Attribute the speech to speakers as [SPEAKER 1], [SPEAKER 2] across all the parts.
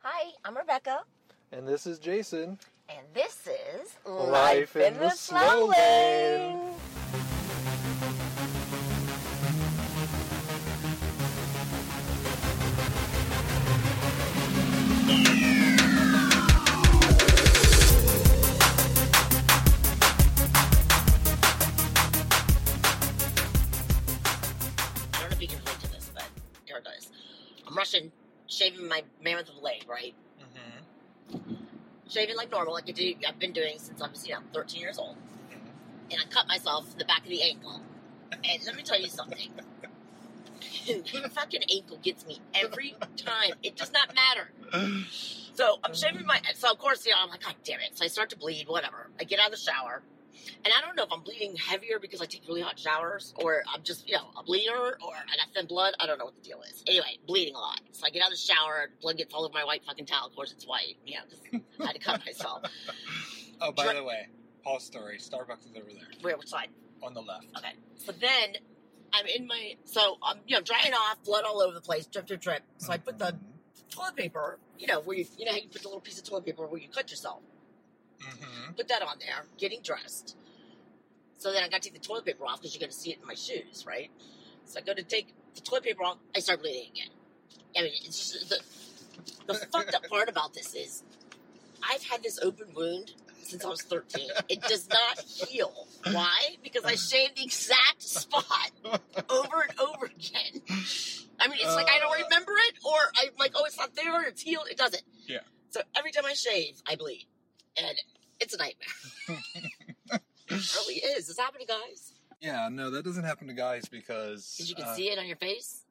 [SPEAKER 1] Hi, I'm Rebecca,
[SPEAKER 2] And this is Jason.
[SPEAKER 1] and this is
[SPEAKER 2] Life in the Slow Lane.
[SPEAKER 1] Lane. I don't know if you can relate to this, but here it goes. I'm rushing, shaving my mammoth leg, right?
[SPEAKER 2] Mm-hmm.
[SPEAKER 1] shaving like normal, like I do, I've been doing since I was, you know, 13 years old. And I cut myself in the back of the ankle. And let me tell you something. the fucking ankle gets me every time. It does not matter. So I'm shaving my, so of course, you know, I'm like, God damn it. So I start to bleed, whatever. I get out of the shower. And I don't know if I'm bleeding heavier because I take really hot showers or I'm just, you know, a bleeder or I got thin blood. I don't know what the deal is. Anyway, bleeding a lot. So I get out of the shower, blood gets all over my white fucking towel. Of course, it's white. You know, 'cause I had to cut myself.
[SPEAKER 2] Oh, by
[SPEAKER 1] Dra-
[SPEAKER 2] the way, Paul's story. Starbucks is over there
[SPEAKER 1] Where which side?
[SPEAKER 2] on the left.
[SPEAKER 1] Okay. So then I'm in my so I'm you know drying off, blood all over the place, drip drip drip. So I put the toilet paper, you know where you you know how you put the little piece of toilet paper where you cut yourself.
[SPEAKER 2] Mm-hmm.
[SPEAKER 1] Put that on there, getting dressed. So then I got to take the toilet paper off because you're going to see it in my shoes, right? So I go to take the toilet paper off, I start bleeding again. I mean, it's just the, the fucked up part about this is I've had this open wound since I was 13. It does not heal. Why? Because I shaved the exact spot over and over again. I mean, it's like I
[SPEAKER 2] Uh.
[SPEAKER 1] don't remember it, or I'm like, oh, it's not there, it's healed, it doesn't.
[SPEAKER 2] Yeah.
[SPEAKER 1] So every time I shave, I bleed. And it's a nightmare. it really is. It's happening, guys.
[SPEAKER 2] Yeah, no, that doesn't happen to guys because.
[SPEAKER 1] Because you can
[SPEAKER 2] uh,
[SPEAKER 1] see it on your face.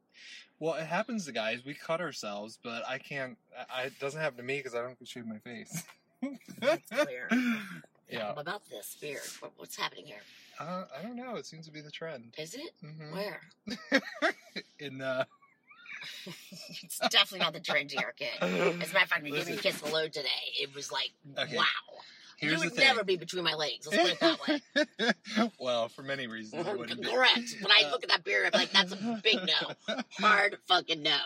[SPEAKER 2] Well, it happens to guys. We cut ourselves, but I can't. I, I- it doesn't happen to me because I don't shave my face.
[SPEAKER 1] Weird.
[SPEAKER 2] yeah.
[SPEAKER 1] What about this? Weird. What, what's happening here?
[SPEAKER 2] Uh, I don't know. It seems to be the trend.
[SPEAKER 1] Is it?
[SPEAKER 2] Mm-hmm.
[SPEAKER 1] Where?
[SPEAKER 2] In uh,
[SPEAKER 1] It's definitely not the trend here, kid. As a matter of fact, you gave me a
[SPEAKER 2] Listen.
[SPEAKER 1] kiss hello today. It was like,
[SPEAKER 2] Okay,
[SPEAKER 1] wow.
[SPEAKER 2] here's
[SPEAKER 1] you
[SPEAKER 2] the
[SPEAKER 1] would
[SPEAKER 2] thing.
[SPEAKER 1] never be between my legs. Let's put it that way.
[SPEAKER 2] well, for many reasons, it wouldn't be.
[SPEAKER 1] Correct. When I look at that beard, I'm like, that's a big no. Hard fucking no.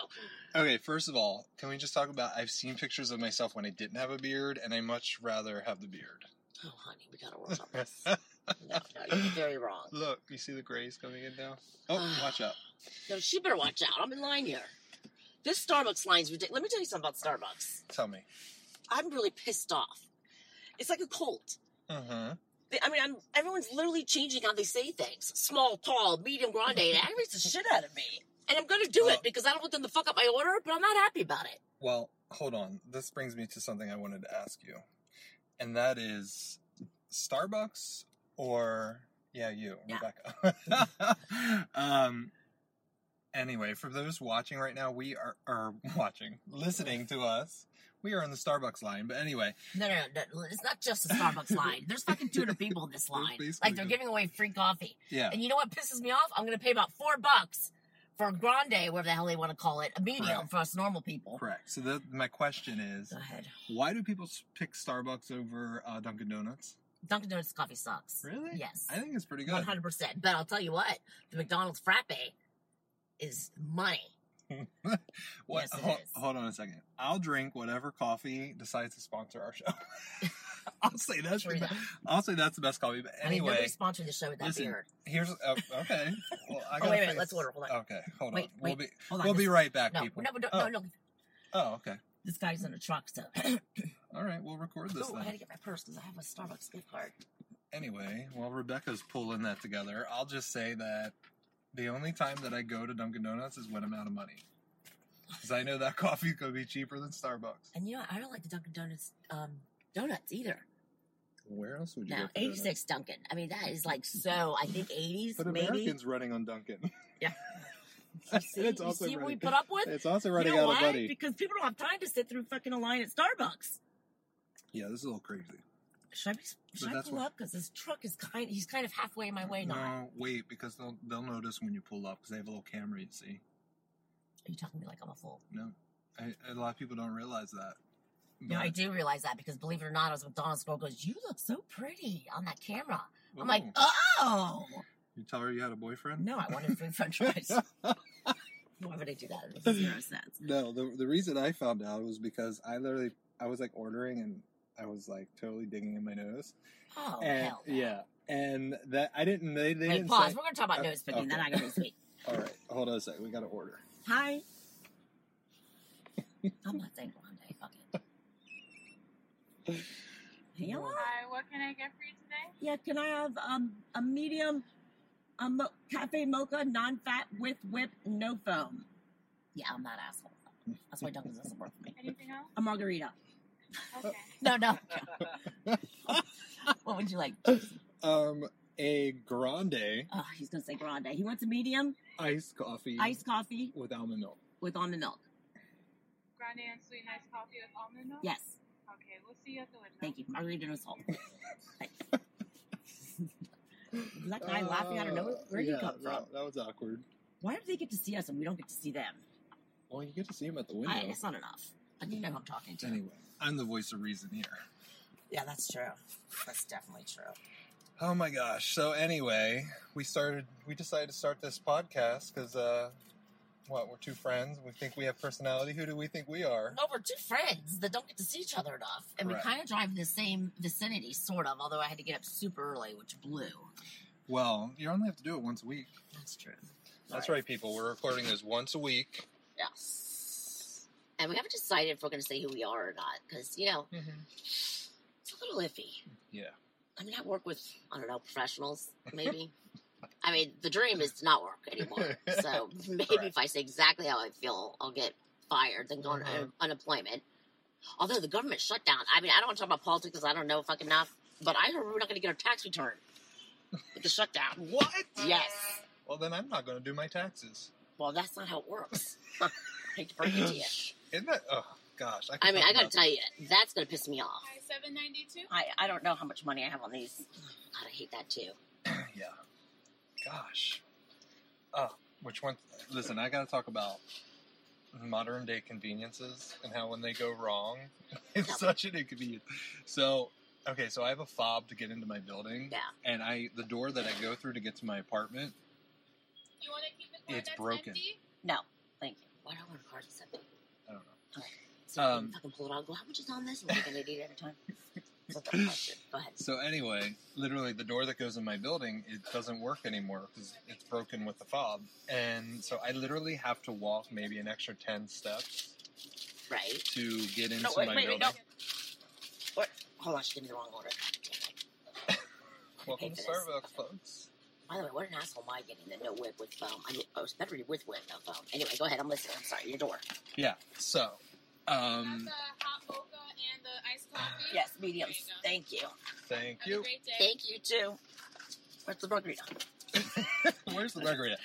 [SPEAKER 2] Okay, first of all, can we just talk about? I've seen pictures of myself when I didn't have a beard, and I much rather have the beard.
[SPEAKER 1] Oh, honey, we gotta work on this. No, no, you're very wrong.
[SPEAKER 2] Look, you see the grays coming in now. Oh, watch out!
[SPEAKER 1] No, she better watch out. I'm in line here. This Starbucks line's ridiculous. Let me tell you something about Starbucks.
[SPEAKER 2] Tell me.
[SPEAKER 1] I'm really pissed off. It's like a cult.
[SPEAKER 2] Mm-hmm.
[SPEAKER 1] They- I mean, I'm, everyone's literally changing how they say things. Small, tall, medium, grande. It aggravates the shit out of me. And I'm gonna do
[SPEAKER 2] Oh.
[SPEAKER 1] it because I don't want them to fuck up my order, but I'm not happy about it.
[SPEAKER 2] Well, hold on. This brings me to something I wanted to ask you, and that is Starbucks or yeah, you,
[SPEAKER 1] Yeah.
[SPEAKER 2] Rebecca. um. Anyway, for those watching right now, we are are watching, listening to us. We are on the Starbucks line, but anyway,
[SPEAKER 1] No, no, no. no, It's not just the Starbucks line. There's fucking 200 people in this line.
[SPEAKER 2] basically
[SPEAKER 1] Like, they're
[SPEAKER 2] just-
[SPEAKER 1] giving away free coffee.
[SPEAKER 2] yeah.
[SPEAKER 1] And you know what pisses me off? I'm gonna pay about four bucks for a grande, whatever the hell they wanna call it, a medium
[SPEAKER 2] Correct.
[SPEAKER 1] for us normal people.
[SPEAKER 2] Correct. So the, my question is,
[SPEAKER 1] Go ahead.
[SPEAKER 2] why do people s- pick Starbucks over uh, Dunkin' Donuts?
[SPEAKER 1] Dunkin' Donuts coffee sucks.
[SPEAKER 2] Really?
[SPEAKER 1] Yes.
[SPEAKER 2] I think it's pretty good.
[SPEAKER 1] One hundred percent. But I'll tell you what, the McDonald's frappe is money.
[SPEAKER 2] What,
[SPEAKER 1] Yes, it
[SPEAKER 2] hol-
[SPEAKER 1] is.
[SPEAKER 2] Hold on a second. I'll drink whatever coffee decides to sponsor our show. I'll say that's
[SPEAKER 1] True
[SPEAKER 2] the,
[SPEAKER 1] that.
[SPEAKER 2] be- I'll say that's the best coffee. But
[SPEAKER 1] I mean,
[SPEAKER 2] anyway,
[SPEAKER 1] nobody's sponsoring the show with that
[SPEAKER 2] listen,
[SPEAKER 1] beard.
[SPEAKER 2] here's uh, okay. Well, I
[SPEAKER 1] Oh
[SPEAKER 2] gotta
[SPEAKER 1] wait a minute,
[SPEAKER 2] fix-
[SPEAKER 1] let's order. Hold on.
[SPEAKER 2] Okay, hold
[SPEAKER 1] Wait,
[SPEAKER 2] on. We'll
[SPEAKER 1] wait,
[SPEAKER 2] be
[SPEAKER 1] Hold on.
[SPEAKER 2] we'll
[SPEAKER 1] this,
[SPEAKER 2] be right back,
[SPEAKER 1] no,
[SPEAKER 2] people.
[SPEAKER 1] no, no,
[SPEAKER 2] oh.
[SPEAKER 1] no, no.
[SPEAKER 2] Oh, okay.
[SPEAKER 1] This guy's in a truck, so.
[SPEAKER 2] All right, we'll record this
[SPEAKER 1] Ooh, I
[SPEAKER 2] then.
[SPEAKER 1] gotta get my purse because I have a Starbucks gift card.
[SPEAKER 2] Anyway, while Rebecca's pulling that together, I'll just say that the only time that I go to Dunkin' Donuts is when I'm out of money. Because I know that coffee's going to be cheaper than Starbucks.
[SPEAKER 1] And you know, what? I don't like the Dunkin' Donuts um, donuts either.
[SPEAKER 2] Where else would you
[SPEAKER 1] No,
[SPEAKER 2] go? for
[SPEAKER 1] eighty
[SPEAKER 2] donuts?
[SPEAKER 1] six Dunkin'. I mean, that is like so. I think eighties
[SPEAKER 2] But
[SPEAKER 1] maybe.
[SPEAKER 2] Americans running on Dunkin'.
[SPEAKER 1] Yeah. You
[SPEAKER 2] It's
[SPEAKER 1] see, you
[SPEAKER 2] also
[SPEAKER 1] see what we
[SPEAKER 2] running-
[SPEAKER 1] put up with?
[SPEAKER 2] It's also
[SPEAKER 1] You
[SPEAKER 2] running
[SPEAKER 1] know
[SPEAKER 2] out of
[SPEAKER 1] why?
[SPEAKER 2] money.
[SPEAKER 1] Because people don't have time to sit through fucking a line at Starbucks.
[SPEAKER 2] Yeah, this is a little crazy.
[SPEAKER 1] Should I, be, should I
[SPEAKER 2] that's
[SPEAKER 1] pull
[SPEAKER 2] what-
[SPEAKER 1] up? Because this truck is kind. He's kind of halfway my way now. Are
[SPEAKER 2] No, wait, because they'll they'll notice when you pull up because they have a little camera. You see,
[SPEAKER 1] you talking to me like I'm a fool?
[SPEAKER 2] no, I, a lot of people don't realize that.
[SPEAKER 1] No, I
[SPEAKER 2] But-
[SPEAKER 1] do realize that because believe it or not, I was McDonald's girl goes, "You look so pretty on that camera." I'm
[SPEAKER 2] Ooh.
[SPEAKER 1] like, "Oh
[SPEAKER 2] Mm-hmm. you tell her you had a boyfriend.
[SPEAKER 1] no, I wanted free French fries." Why would I do that? It makes zero sense.
[SPEAKER 2] No, the the reason I found out was because I literally I was like ordering and I was like totally digging in my nose.
[SPEAKER 1] Oh
[SPEAKER 2] and,
[SPEAKER 1] hell. no.
[SPEAKER 2] Yeah, and that I didn't. They, they
[SPEAKER 1] Wait,
[SPEAKER 2] didn't
[SPEAKER 1] pause.
[SPEAKER 2] say.
[SPEAKER 1] We're gonna talk about
[SPEAKER 2] Okay.
[SPEAKER 1] nose picking. Then I
[SPEAKER 2] Okay.
[SPEAKER 1] gotta speak.
[SPEAKER 2] All right, hold on a sec. We got to order.
[SPEAKER 1] Hi. I'm not saying Grande. Fuck it. Hello.
[SPEAKER 3] Hi, what can I get for you today?
[SPEAKER 1] Yeah, can I have um a medium, a mo- cafe mocha non-fat with whip, no foam? Yeah, I'm not an asshole. That's why Dunkin' doesn't work for me.
[SPEAKER 3] Anything else?
[SPEAKER 1] A margarita. Oh.
[SPEAKER 3] Okay.
[SPEAKER 1] No, no. what would you like?
[SPEAKER 2] Um, a grande
[SPEAKER 1] Oh, he's gonna say grande. He wants a medium
[SPEAKER 2] iced coffee
[SPEAKER 1] iced coffee
[SPEAKER 2] with almond milk.
[SPEAKER 1] with almond milk.
[SPEAKER 3] Grande and sweet nice coffee with almond milk?
[SPEAKER 1] Yes,
[SPEAKER 3] Okay, we'll see you at the window.
[SPEAKER 1] thank you. Margarita no salt. Black guy laughing. I don't know
[SPEAKER 2] Uh,
[SPEAKER 1] where you
[SPEAKER 2] yeah,
[SPEAKER 1] come from.
[SPEAKER 2] That, that was awkward.
[SPEAKER 1] Why do they get to see us and we don't get to see them?
[SPEAKER 2] Well, you get to see him at the
[SPEAKER 1] I,
[SPEAKER 2] window.
[SPEAKER 1] it's not enough. I need to know who I'm talking to.
[SPEAKER 2] Anyway, I'm the voice of reason here.
[SPEAKER 1] Yeah, that's true. That's definitely true.
[SPEAKER 2] Oh my gosh. So anyway, we started. We decided to start this podcast because, uh, what? We're two friends. We think we have personality. Who do we think we are?
[SPEAKER 1] No, we're two friends that don't get to see each other enough, Oh, and
[SPEAKER 2] Correct.
[SPEAKER 1] we kind of drive in the same vicinity, sort of. Although I had to get up super early, which blew.
[SPEAKER 2] Well, you only have to do it once a week.
[SPEAKER 1] That's true.
[SPEAKER 2] That's right, people. We're recording this once a week.
[SPEAKER 1] Yes. And we haven't decided if we're going to say who we are or not, because you know it's a little iffy.
[SPEAKER 2] Yeah.
[SPEAKER 1] I mean, I work with I don't know professionals, maybe. I mean, the dream is to not work anymore. So maybe
[SPEAKER 2] Correct.
[SPEAKER 1] if I say exactly how I feel, I'll get fired, then go on
[SPEAKER 2] Uh-huh.
[SPEAKER 1] un- unemployment. Although the government shutdown, I mean, I don't want to talk about politics because I don't know fucking enough. But I heard we're not going to get our tax return with the shutdown.
[SPEAKER 2] What?
[SPEAKER 1] Yes.
[SPEAKER 2] Well, then I'm not going to do my taxes.
[SPEAKER 1] Well, that's not how it works. I hate to break it to you.
[SPEAKER 2] Isn't that? Oh gosh. I, could
[SPEAKER 1] I mean,
[SPEAKER 2] talk
[SPEAKER 1] I got
[SPEAKER 2] about-
[SPEAKER 1] to tell you, that's going to piss me off.
[SPEAKER 3] Hi, 792?
[SPEAKER 1] I, I don't know how much money I have on these. God, I hate that too.
[SPEAKER 2] Yeah. Gosh. Oh, which one? Listen, I got to talk about modern day conveniences and how when they go wrong, it's such an inconvenience. So, okay, so I have a fob to get into my building,
[SPEAKER 1] Yeah.
[SPEAKER 2] and I the door that I go through to get to my apartment.
[SPEAKER 3] You want to keep the card
[SPEAKER 2] It's
[SPEAKER 3] that's
[SPEAKER 2] broken.
[SPEAKER 3] empty?
[SPEAKER 1] No, thank you. Why do I want a card something?
[SPEAKER 2] I don't know.
[SPEAKER 1] So I
[SPEAKER 2] Um,
[SPEAKER 1] can fucking pull it out. and Go, how much is on this? And make an idiot every time. It's not that question. Go ahead.
[SPEAKER 2] So anyway, literally the door that goes in my building, it doesn't work anymore because it's broken with the fob. And so I literally have to walk maybe an extra 10 steps
[SPEAKER 1] Right.
[SPEAKER 2] to get into
[SPEAKER 1] wait,
[SPEAKER 2] my
[SPEAKER 1] wait, wait,
[SPEAKER 2] building.
[SPEAKER 1] Hold on, she gave me the wrong order. God damn it.
[SPEAKER 2] Welcome
[SPEAKER 1] Pay
[SPEAKER 2] to
[SPEAKER 1] for this.
[SPEAKER 2] Starbucks, folks.
[SPEAKER 1] By the way, what an asshole am I getting the no whip with foam? I mean, oh, it's better with whip, no foam. Anyway, go ahead. I'm listening. I'm sorry. Your door.
[SPEAKER 2] Yeah, so. Um,
[SPEAKER 3] That's a hot mocha and the iced coffee.
[SPEAKER 1] mediums. Thank you.
[SPEAKER 2] thank
[SPEAKER 3] Have a
[SPEAKER 2] you.
[SPEAKER 3] great day.
[SPEAKER 1] Thank you too. Where's the margarita?
[SPEAKER 2] Where's the margarita?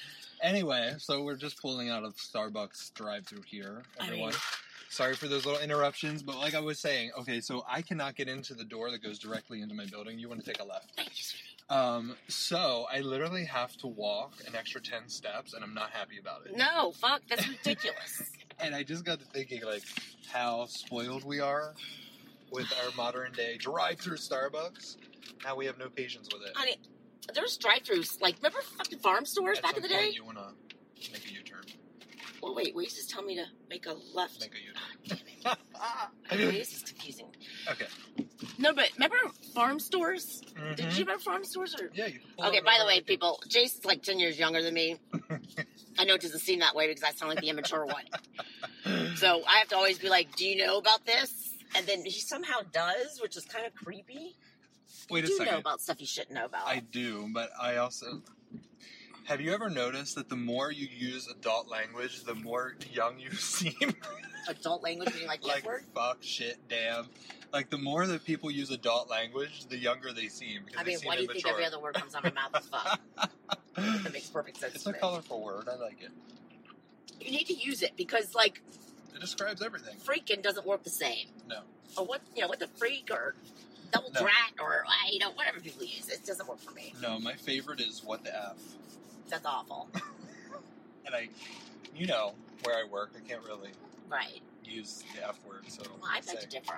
[SPEAKER 2] Anyway, so we're just pulling out of Starbucks drive-through here,
[SPEAKER 1] I mean-
[SPEAKER 2] everyone. Sorry for those little interruptions, but like I was saying, okay, so I cannot get into the door that goes directly into my building. You want to take a left.
[SPEAKER 1] Thank you, sweetie.
[SPEAKER 2] Um, so I literally have to walk an extra 10 steps and I'm not happy about it.
[SPEAKER 1] No, fuck. That's ridiculous.
[SPEAKER 2] And I just got to thinking like how spoiled we are with our modern day drive through Starbucks. How we have no patience with it.
[SPEAKER 1] Honey, there's drive-throughs. Like, remember fucking farm stores
[SPEAKER 2] At
[SPEAKER 1] back
[SPEAKER 2] some
[SPEAKER 1] in the
[SPEAKER 2] point,
[SPEAKER 1] day?
[SPEAKER 2] you want to make a U-turn.
[SPEAKER 1] Well, wait. Will you just tell me to make a left?
[SPEAKER 2] Make
[SPEAKER 1] God damn it.
[SPEAKER 2] a U-turn.
[SPEAKER 1] This is confusing.
[SPEAKER 2] okay.
[SPEAKER 1] No, but remember farm stores? Did
[SPEAKER 2] Mhm.
[SPEAKER 1] you remember farm stores? Or...
[SPEAKER 2] Yeah. You pull
[SPEAKER 1] Okay,
[SPEAKER 2] it
[SPEAKER 1] by
[SPEAKER 2] over
[SPEAKER 1] the way,
[SPEAKER 2] and-
[SPEAKER 1] people, Jason's like 10 years younger than me. I know it doesn't seem that way because I sound like the immature one. So I have to always be like, Do you know about this? And then he somehow does, which is kind of creepy.
[SPEAKER 2] Wait a
[SPEAKER 1] you do know
[SPEAKER 2] second.
[SPEAKER 1] about stuff you shouldn't know about.
[SPEAKER 2] I do, but I also. Have you ever noticed that the more you use adult language, the more young you seem?
[SPEAKER 1] Adult language being like,
[SPEAKER 2] like
[SPEAKER 1] that word.
[SPEAKER 2] fuck, shit, damn. Like the more that people use adult language, the younger they seem. Because
[SPEAKER 1] I mean,
[SPEAKER 2] they seem
[SPEAKER 1] why do you think every
[SPEAKER 2] immature.
[SPEAKER 1] other word comes out of my mouth is fuck? That makes perfect sense
[SPEAKER 2] It's
[SPEAKER 1] to
[SPEAKER 2] a
[SPEAKER 1] me.
[SPEAKER 2] colorful word. I like it.
[SPEAKER 1] You need to use it because, like,
[SPEAKER 2] It describes everything.
[SPEAKER 1] freaking doesn't work the same.
[SPEAKER 2] No.
[SPEAKER 1] Or what, you know, what the freak or double
[SPEAKER 2] No.
[SPEAKER 1] drat or, uh, you know, whatever people use. It doesn't work for me.
[SPEAKER 2] No, my favorite is what the f,
[SPEAKER 1] That's awful.
[SPEAKER 2] and I, you know, where I work, I can't really
[SPEAKER 1] Right.
[SPEAKER 2] use the f word. So
[SPEAKER 1] Well, I
[SPEAKER 2] I,
[SPEAKER 1] beg to
[SPEAKER 2] say,
[SPEAKER 1] differ.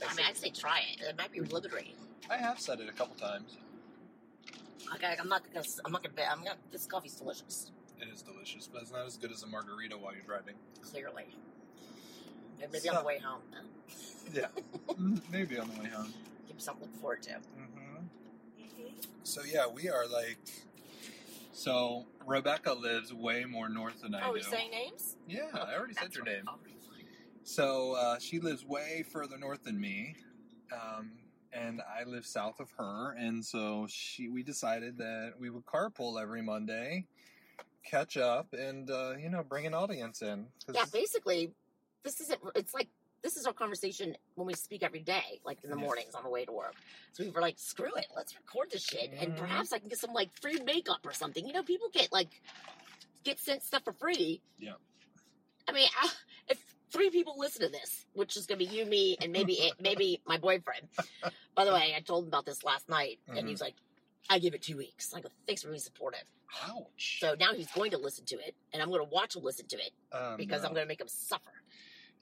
[SPEAKER 2] I
[SPEAKER 1] I
[SPEAKER 2] say-
[SPEAKER 1] mean, I'd say try it. It might be
[SPEAKER 2] Mm-hmm.
[SPEAKER 1] liberating.
[SPEAKER 2] I have said it a couple times.
[SPEAKER 1] Okay, I'm not gonna. I'm not gonna. bet. I'm not. This coffee's delicious.
[SPEAKER 2] It is delicious, but it's not as good as a margarita while you're driving.
[SPEAKER 4] clearly. And maybe on the
[SPEAKER 2] So-
[SPEAKER 4] way home, uh,
[SPEAKER 2] Yeah, Mm, maybe on the way home.
[SPEAKER 4] give me something to look forward to.
[SPEAKER 2] Mm-hmm. So yeah, we are like. So Rebecca lives way more north than I
[SPEAKER 4] Oh,
[SPEAKER 2] do.
[SPEAKER 4] you saying names?
[SPEAKER 2] yeah, I already said
[SPEAKER 4] That's
[SPEAKER 2] your
[SPEAKER 4] what I
[SPEAKER 2] name.
[SPEAKER 4] thought.
[SPEAKER 2] So uh, she lives way further north than me, um, and I live south of her. And so she, we decided that we would carpool every Monday, catch up, and uh, you know, bring an audience in. 'Cause-
[SPEAKER 4] Yeah, basically, this isn't. It's like this is our conversation when we speak every day, like in the
[SPEAKER 2] Yeah.
[SPEAKER 4] mornings on the way to work. So we were like, screw it, let's record this shit, and
[SPEAKER 2] Mhm.
[SPEAKER 4] perhaps I can get some like free makeup or something. You know, people get like get sent stuff for free.
[SPEAKER 2] Yeah.
[SPEAKER 4] I mean, I, if three people listen to this, which is going to be you, me, and maybe it, maybe my boyfriend. By the way, I told him about this last night, and
[SPEAKER 2] Mm-hmm.
[SPEAKER 4] he was like, "I give it two weeks." I go, "Thanks for being supportive."
[SPEAKER 2] ouch!
[SPEAKER 4] So now he's going to listen to it, and I'm going to watch him listen to it
[SPEAKER 2] Um,
[SPEAKER 4] because
[SPEAKER 2] no.
[SPEAKER 4] I'm going to make him suffer.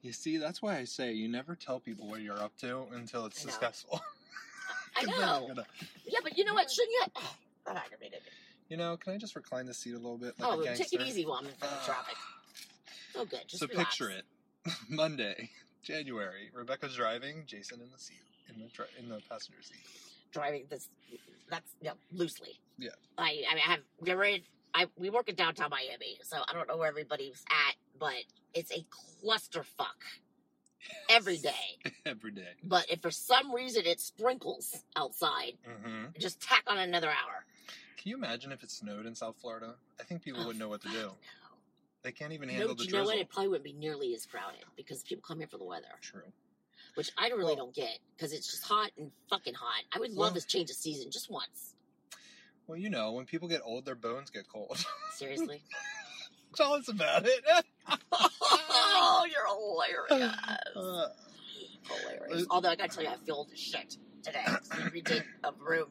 [SPEAKER 2] You see, that's why I say you never tell people what you're up to until it's
[SPEAKER 4] I know.
[SPEAKER 2] successful.
[SPEAKER 4] I
[SPEAKER 2] 'Cause then
[SPEAKER 4] know.
[SPEAKER 2] you're gonna-
[SPEAKER 4] Yeah, but you know
[SPEAKER 2] Mm-hmm.
[SPEAKER 4] what? Shouldn't you? Oh, that aggravated me.
[SPEAKER 2] you know, can I just recline the seat a little bit? Like
[SPEAKER 4] oh,
[SPEAKER 2] a
[SPEAKER 4] take it
[SPEAKER 2] gangster?
[SPEAKER 4] easy while I'm in front of
[SPEAKER 2] Ah.
[SPEAKER 4] traffic. Oh, good. Just
[SPEAKER 2] so
[SPEAKER 4] relax.
[SPEAKER 2] picture it Monday, January. Rebecca's driving, Jason in the seat, in the dri- in the passenger seat.
[SPEAKER 4] Driving this, that's yeah, loosely.
[SPEAKER 2] Yeah.
[SPEAKER 4] I, I mean, I have. We're in, I we work in downtown Miami, so I don't know where everybody's at, but it's a clusterfuck every day.
[SPEAKER 2] every day.
[SPEAKER 4] But if for some reason it sprinkles outside,
[SPEAKER 2] Mm-hmm.
[SPEAKER 4] just tack on another hour.
[SPEAKER 2] Can you imagine if it snowed in South Florida? I think people wouldn't know what to do. They can't even
[SPEAKER 4] No,
[SPEAKER 2] handle
[SPEAKER 4] no
[SPEAKER 2] the
[SPEAKER 4] but you know
[SPEAKER 2] drizzle.
[SPEAKER 4] what? It probably wouldn't be nearly as crowded because people come here for the weather.
[SPEAKER 2] True.
[SPEAKER 4] which I really
[SPEAKER 2] Well-
[SPEAKER 4] don't get because it's just hot and fucking hot. I would
[SPEAKER 2] Well-
[SPEAKER 4] love this change of season just once.
[SPEAKER 2] Well, you know, when people get old, their bones get cold. Hmm.
[SPEAKER 4] Seriously.
[SPEAKER 2] Tell us about it.
[SPEAKER 4] oh, you're hilarious.
[SPEAKER 2] Uh,
[SPEAKER 4] hilarious. Although I gotta tell you, I feel shit today. 'cause I redid a room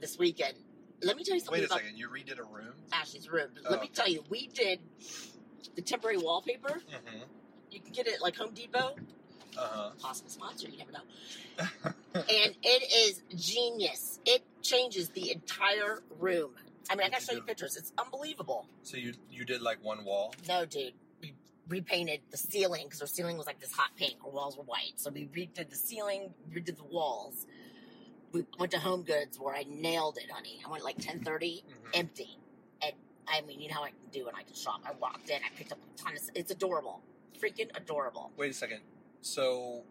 [SPEAKER 4] this weekend. Let me tell you something
[SPEAKER 2] wait a
[SPEAKER 4] about
[SPEAKER 2] second. You redid a room.
[SPEAKER 4] Ashley's room. But
[SPEAKER 2] Oh,
[SPEAKER 4] let me
[SPEAKER 2] okay.
[SPEAKER 4] tell you, we did the temporary wallpaper.
[SPEAKER 2] Mm-hmm.
[SPEAKER 4] You can get it at, like Home Depot,
[SPEAKER 2] Uh
[SPEAKER 4] possible sponsor. You never know.
[SPEAKER 2] huh.
[SPEAKER 4] and it is genius. It changes the entire room. I mean, I gotta show you pictures. It's unbelievable.
[SPEAKER 2] so you you did like one wall.
[SPEAKER 4] No, dude. We repainted the ceiling because our ceiling was like this hot pink. Our walls were white. So we redid the ceiling, redid the walls. We went to Home Goods where I nailed it, honey. I went like 1030,
[SPEAKER 2] Mhm.
[SPEAKER 4] empty. And I mean, you know how I can do when I can shop. I walked in, I picked up a ton of... It's adorable. Freaking adorable.
[SPEAKER 2] Wait a second. So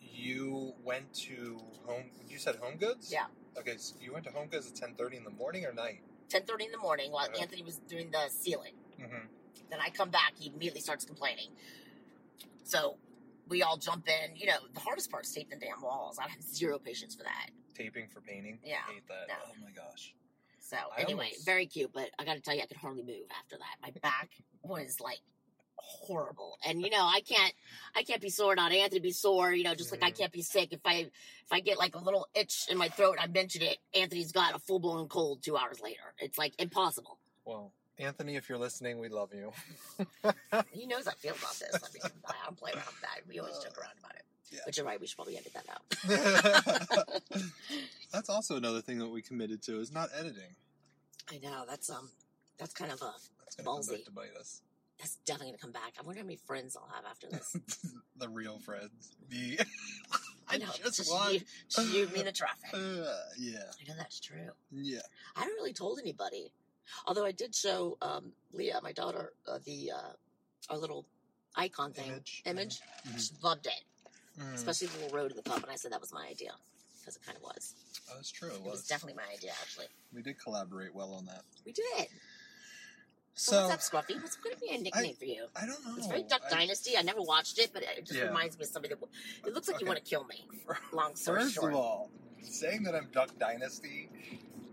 [SPEAKER 2] you went to home? You said Home Goods.
[SPEAKER 4] Yeah.
[SPEAKER 2] Okay, so you went to Home Goods at ten thirty in the morning or night?
[SPEAKER 4] 1030 in the morning while
[SPEAKER 2] Uh-huh.
[SPEAKER 4] Anthony was doing the ceiling.
[SPEAKER 2] Mm-hmm.
[SPEAKER 4] Then I come back, he immediately starts complaining. So we all jump in. You know, the hardest part is tape the damn walls. I have zero patience for that.
[SPEAKER 2] Taping for painting.
[SPEAKER 4] Yeah,
[SPEAKER 2] Hate that.
[SPEAKER 4] no.
[SPEAKER 2] Oh my gosh.
[SPEAKER 4] So
[SPEAKER 2] I
[SPEAKER 4] anyway,
[SPEAKER 2] almost-
[SPEAKER 4] very cute, but I got to tell you, I could hardly move after that. My back was like horrible, and you know, I can't, I can't be sore. Not Anthony be sore. You know, just like I
[SPEAKER 2] Mhm.
[SPEAKER 4] can't be sick if I if I get like a little itch in my throat. I mention it. Anthony's got a full blown cold two hours later. It's like impossible.
[SPEAKER 2] Well, Anthony, if you're listening, we love you.
[SPEAKER 4] He knows I feel about this. I mean, I don't play around with that. We always joke around about it.
[SPEAKER 2] Uh, Yeah.
[SPEAKER 4] But you're right. We should probably edit that out.
[SPEAKER 2] That's also another thing that we committed to is not editing.
[SPEAKER 4] I know that's um, that's kind of a
[SPEAKER 2] That's gonna come
[SPEAKER 4] Ballsy.
[SPEAKER 2] back to bite us.
[SPEAKER 4] that's definitely gonna come back. I wonder how many friends I'll have after this.
[SPEAKER 2] the real friends. The
[SPEAKER 4] I
[SPEAKER 2] I
[SPEAKER 4] know, it's
[SPEAKER 2] just
[SPEAKER 4] just
[SPEAKER 2] want.
[SPEAKER 4] you, just you, me, and the traffic.
[SPEAKER 2] Uh, yeah,
[SPEAKER 4] I know that's true.
[SPEAKER 2] yeah.
[SPEAKER 4] I haven't really told anybody, although I did show um, Leah, my daughter, uh, the uh, our little icon thing
[SPEAKER 2] Image.
[SPEAKER 4] image.
[SPEAKER 2] Mhm.
[SPEAKER 4] She loved it,
[SPEAKER 2] Mhm.
[SPEAKER 4] especially the little road to the pub. And I said that was my idea because it kind of was.
[SPEAKER 2] Oh, that's true. It
[SPEAKER 4] It was
[SPEAKER 2] was.
[SPEAKER 4] definitely my idea, actually.
[SPEAKER 2] We did collaborate well on that.
[SPEAKER 4] We did. So,
[SPEAKER 2] So
[SPEAKER 4] what's up, Scruffy? What's going to be a nickname for you?
[SPEAKER 2] I don't know.
[SPEAKER 4] It's very Duck
[SPEAKER 2] I-
[SPEAKER 4] Dynasty. I never watched it, but it just
[SPEAKER 2] Yeah.
[SPEAKER 4] reminds me of somebody. That, it looks like you
[SPEAKER 2] Okay.
[SPEAKER 4] want to kill me. Long story
[SPEAKER 2] First
[SPEAKER 4] short,
[SPEAKER 2] of all, saying that I'm Duck Dynasty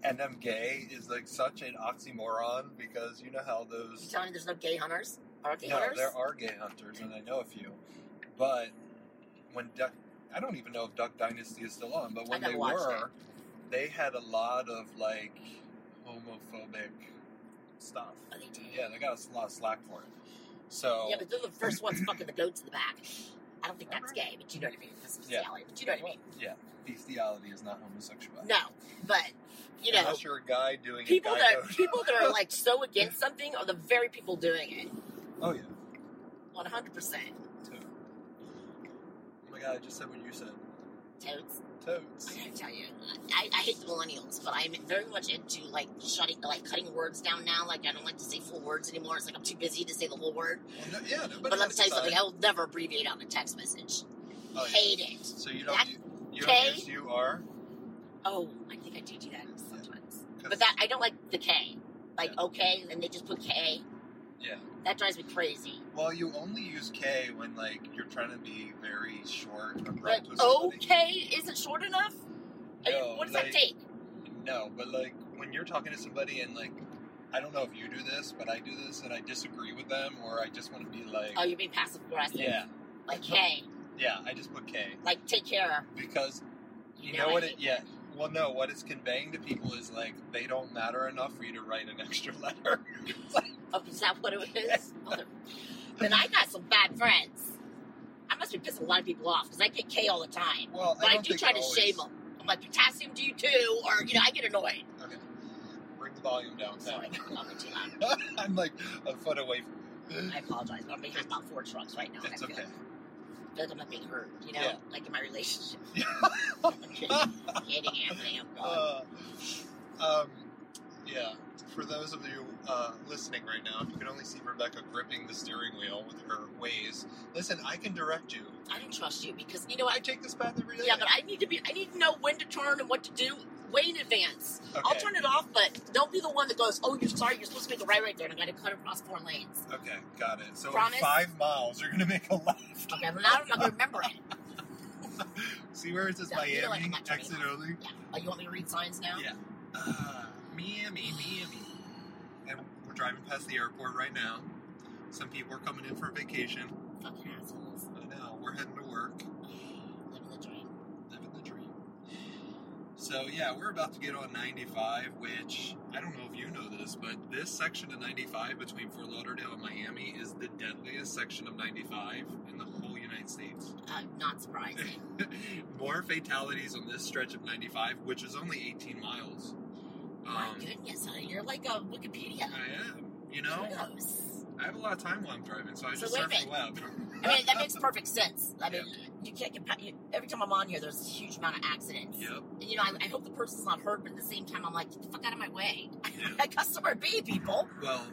[SPEAKER 2] and I'm gay is like such an oxymoron because you know how
[SPEAKER 4] you
[SPEAKER 2] those
[SPEAKER 4] telling me there's no gay hunters? Are gay
[SPEAKER 2] no,
[SPEAKER 4] hunters?
[SPEAKER 2] there are gay hunters and I know a few, but when Duck, I don't even know if Duck Dynasty is still on, but when
[SPEAKER 4] never
[SPEAKER 2] they
[SPEAKER 4] watched
[SPEAKER 2] were, they had a lot of like homophobic stuff.
[SPEAKER 4] Oh, they did.
[SPEAKER 2] Yeah, they got a lot of slack for it. So
[SPEAKER 4] Yeah, but they're the first ones fucking the goats in the back. I don't think that's gay, but you know what I mean. That's
[SPEAKER 2] Yeah.
[SPEAKER 4] bestiality, but you know what I mean.
[SPEAKER 2] bestiality is not homosexuality.
[SPEAKER 4] No, but
[SPEAKER 1] you know,
[SPEAKER 2] unless you're a guy doing
[SPEAKER 1] people
[SPEAKER 2] it. guy
[SPEAKER 1] that
[SPEAKER 2] code.
[SPEAKER 1] people that are like so against something are the very people doing it.
[SPEAKER 2] oh yeah.
[SPEAKER 1] One hundred percent.
[SPEAKER 2] Toad. Oh my god! I just said what you said.
[SPEAKER 1] Toads. I
[SPEAKER 2] Toads.
[SPEAKER 1] gotta tell you, I, I hate the millennials, but I'm very much into like shutting, like cutting words down now. Like I don't like to say full words anymore. It's like I'm too busy to say the whole word.
[SPEAKER 2] Well, no, yeah. Nobody
[SPEAKER 1] But, let me
[SPEAKER 2] has
[SPEAKER 1] tell you
[SPEAKER 2] time.
[SPEAKER 1] something. I will never abbreviate out a text message.
[SPEAKER 2] Oh, yeah.
[SPEAKER 1] Hate it.
[SPEAKER 2] So you don't.
[SPEAKER 1] That's
[SPEAKER 2] You, you
[SPEAKER 1] K.
[SPEAKER 2] don't use you are.
[SPEAKER 1] Oh, I think I do do that sometimes.
[SPEAKER 2] 'cause-
[SPEAKER 1] But that I don't like the K. Like
[SPEAKER 2] Yeah.
[SPEAKER 1] okay, and they just put K.
[SPEAKER 2] Yeah.
[SPEAKER 1] That drives me crazy.
[SPEAKER 2] Well, you only use K when like you're trying to be very short,
[SPEAKER 1] But
[SPEAKER 2] abrupt with somebody.
[SPEAKER 1] okay isn't short enough. I mean,
[SPEAKER 2] No,
[SPEAKER 1] what does
[SPEAKER 2] like-
[SPEAKER 1] that take?
[SPEAKER 2] No, but like when you're talking to somebody and like, I don't know if you do this, but I do this, and I disagree with them, or I just want to be like,
[SPEAKER 1] Oh, you're being passive aggressive.
[SPEAKER 2] yeah,
[SPEAKER 1] Like K.
[SPEAKER 2] yeah, I just put K
[SPEAKER 1] Like take care.
[SPEAKER 2] because you
[SPEAKER 1] know
[SPEAKER 2] know
[SPEAKER 1] I
[SPEAKER 2] what it.
[SPEAKER 1] hate
[SPEAKER 2] Yeah. Well, no, what it's conveying to people is like they don't matter enough for you to write an extra letter.
[SPEAKER 1] Oh, is that what it is? Mother- then I got some bad friends. I must be pissing a lot of people off because I get K all the time.
[SPEAKER 2] Well,
[SPEAKER 1] But I,
[SPEAKER 2] don't
[SPEAKER 1] do
[SPEAKER 2] think
[SPEAKER 1] try
[SPEAKER 2] it
[SPEAKER 1] to
[SPEAKER 2] always-
[SPEAKER 1] shame them. I'm like, potassium do you too? Or, you know, I get annoyed.
[SPEAKER 2] Bring the volume down.
[SPEAKER 1] Sorry, I'm talking too loud.
[SPEAKER 2] I'm like a foot away from you.
[SPEAKER 1] I apologize. but I'm behind about four trucks right now. and
[SPEAKER 2] It's
[SPEAKER 1] I feel,
[SPEAKER 2] okay.
[SPEAKER 1] feel like I'm not being heard, you know?
[SPEAKER 2] Yeah.
[SPEAKER 1] Like in my relationship.
[SPEAKER 2] Yeah.
[SPEAKER 1] I'm kidding. I'm kidding, Anthony. I'm not.
[SPEAKER 2] Uh, um, yeah. For those of you uh, listening right now, if you can only see Rebecca gripping the steering wheel with her ways, listen, I can direct you.
[SPEAKER 1] I don't trust you because, you know,
[SPEAKER 2] I
[SPEAKER 1] I.
[SPEAKER 2] take this path every day.
[SPEAKER 1] Yeah, but I need to be. I need to know when to turn and what to do way in advance.
[SPEAKER 2] Okay.
[SPEAKER 1] I'll turn it off, but don't be the one that goes, "Oh, you're sorry. You're supposed to make a right right there, and I'm going to cut across four lanes."
[SPEAKER 2] Okay, got it. So
[SPEAKER 1] Promise?
[SPEAKER 2] in five miles, you're gonna make a left.
[SPEAKER 1] Okay, well, now I'm not going to remember it.
[SPEAKER 2] See where it says
[SPEAKER 1] Yeah, you know what, I'm
[SPEAKER 2] Miami
[SPEAKER 1] not turning
[SPEAKER 2] exit only.
[SPEAKER 1] Yeah. Oh, you want me to read signs now?
[SPEAKER 2] Yeah. Uh, Miami, Miami. And we're driving past the airport right now. Some people are coming in for vacation.
[SPEAKER 1] Fucking assholes.
[SPEAKER 2] I know. We're heading to work.
[SPEAKER 1] Living the dream.
[SPEAKER 2] living the dream. So yeah, we're about to get on 95, which I don't know if you know this, but this section of 95 between Fort Lauderdale and Miami is the deadliest section of 95 in the whole United States.
[SPEAKER 1] Uh, not surprising.
[SPEAKER 2] More fatalities on this stretch of 95, which is only 18 miles.
[SPEAKER 1] My
[SPEAKER 2] Um,
[SPEAKER 1] goodness, honey, you're like a Wikipedia.
[SPEAKER 2] I am. You know,
[SPEAKER 1] Kudos.
[SPEAKER 2] I have a lot of time while I'm driving, so I
[SPEAKER 1] So
[SPEAKER 2] just
[SPEAKER 1] wait a
[SPEAKER 2] surf the web.
[SPEAKER 1] I mean, that makes perfect sense. I mean, you can't get pa- you, every time I'm on here. There's a huge amount of accidents.
[SPEAKER 2] yep.
[SPEAKER 1] And, you know, I, I hope the person's not hurt, but at the same time, I'm like, get the fuck out of my way.
[SPEAKER 2] Yeah.
[SPEAKER 1] I got somewhere to be, people.
[SPEAKER 2] Well,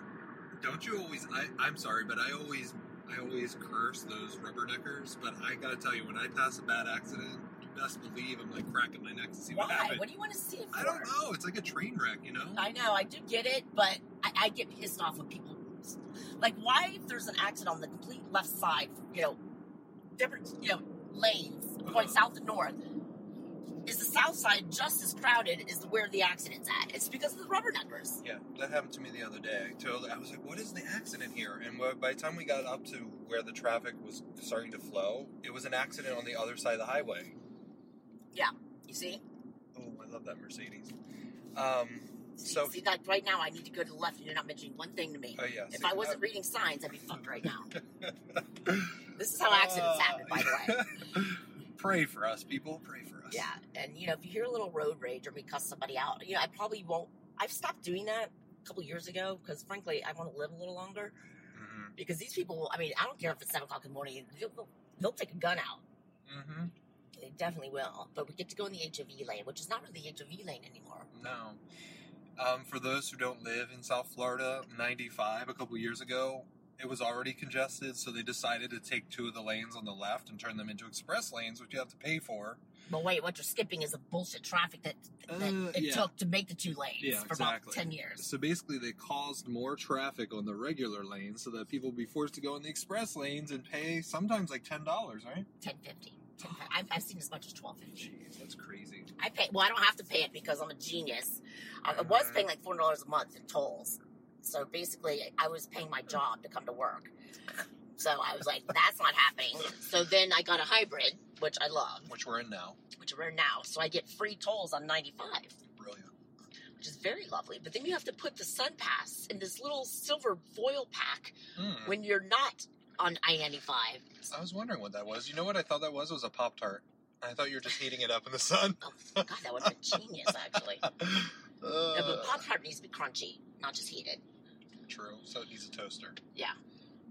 [SPEAKER 2] don't you always? I, I'm sorry, but I always, I always curse those rubberneckers. But I gotta tell you, when I pass a bad accident, you best believe I'm like cracking my neck to see what
[SPEAKER 1] Why?
[SPEAKER 2] happened.
[SPEAKER 1] What do you want to see it for?
[SPEAKER 2] I don't know. It's like a train wreck, you know.
[SPEAKER 1] I know, I do get it, but I, I get pissed off when people like why if there's an accident on the complete left side, you know, different you know, lanes going
[SPEAKER 2] Uh-huh.
[SPEAKER 1] south and north. Is the south side just as crowded as where the accident's at? It's because of the rubberneckers.
[SPEAKER 2] Yeah, that happened to me the other day. I told, I was like, "What is the accident here?" And wh- by the time we got up to where the traffic was starting to flow, it was an accident on the other side of the highway.
[SPEAKER 1] You see?
[SPEAKER 2] Oh, I love that Mercedes. Um, so,
[SPEAKER 1] see like right now I need to go to the left and you're not mentioning one thing to me.
[SPEAKER 2] oh yeah.
[SPEAKER 1] if
[SPEAKER 2] see,
[SPEAKER 1] I wasn't reading signs, I'd be fucked right now. This is how accidents
[SPEAKER 2] Uh,
[SPEAKER 1] happen, by the way.
[SPEAKER 2] Pray for us, people. Pray for us.
[SPEAKER 1] Yeah, and you know, if you hear a little road rage or me cuss somebody out, you know, I probably won't. I've stopped doing that a couple years ago because, frankly, I want to live a little longer.
[SPEAKER 2] Mm-hmm.
[SPEAKER 1] Because these people, I mean, I don't care if it's seven o'clock in the morning; they'll, they'll- they'll take a gun out.
[SPEAKER 2] Mm-hmm.
[SPEAKER 1] They definitely will. But we get to go in the HOV lane, which is not really the HOV lane anymore.
[SPEAKER 2] No. Um, for those who don't live in South Florida, 95, a couple years ago, it was already congested, so they decided to take two of the lanes on the left and turn them into express lanes, which you have to pay for.
[SPEAKER 1] But wait, what you're skipping is the bullshit traffic that, that
[SPEAKER 2] Uh,
[SPEAKER 1] it
[SPEAKER 2] yeah.
[SPEAKER 1] took to make the two lanes
[SPEAKER 2] Yeah,
[SPEAKER 1] for
[SPEAKER 2] exactly.
[SPEAKER 1] about ten years.
[SPEAKER 2] So basically, they caused more traffic on the regular lanes so that people would be forced to go in the express lanes and pay sometimes like $10, right?
[SPEAKER 1] Ten fifty. I've, I've seen as much as twelve fifty.
[SPEAKER 2] Jeez, that's crazy.
[SPEAKER 1] I pay. Well, I don't have to pay it because I'm a genius. I I was
[SPEAKER 2] Mhm.
[SPEAKER 1] paying like four dollars a month in tolls, so basically I was paying my job to come to work. So I was like, "That's not happening." So then I got a hybrid, which I love,
[SPEAKER 2] Which we're in now.
[SPEAKER 1] which we're in now. So I get free tolls on 95,
[SPEAKER 2] Brilliant.
[SPEAKER 1] which is very lovely. But then you have to put the Sun Pass in this little silver foil pack
[SPEAKER 2] Mm.
[SPEAKER 1] when you're not on I-95.
[SPEAKER 2] I was wondering what that was. You know what I thought that was? It was a Pop Tart. I thought you were just heating it up in the sun.
[SPEAKER 1] God, that was a genius, actually. No, but
[SPEAKER 5] Uh,
[SPEAKER 1] Pop Tart needs to be crunchy, not just heated.
[SPEAKER 2] True. So it needs a toaster.
[SPEAKER 1] Yeah.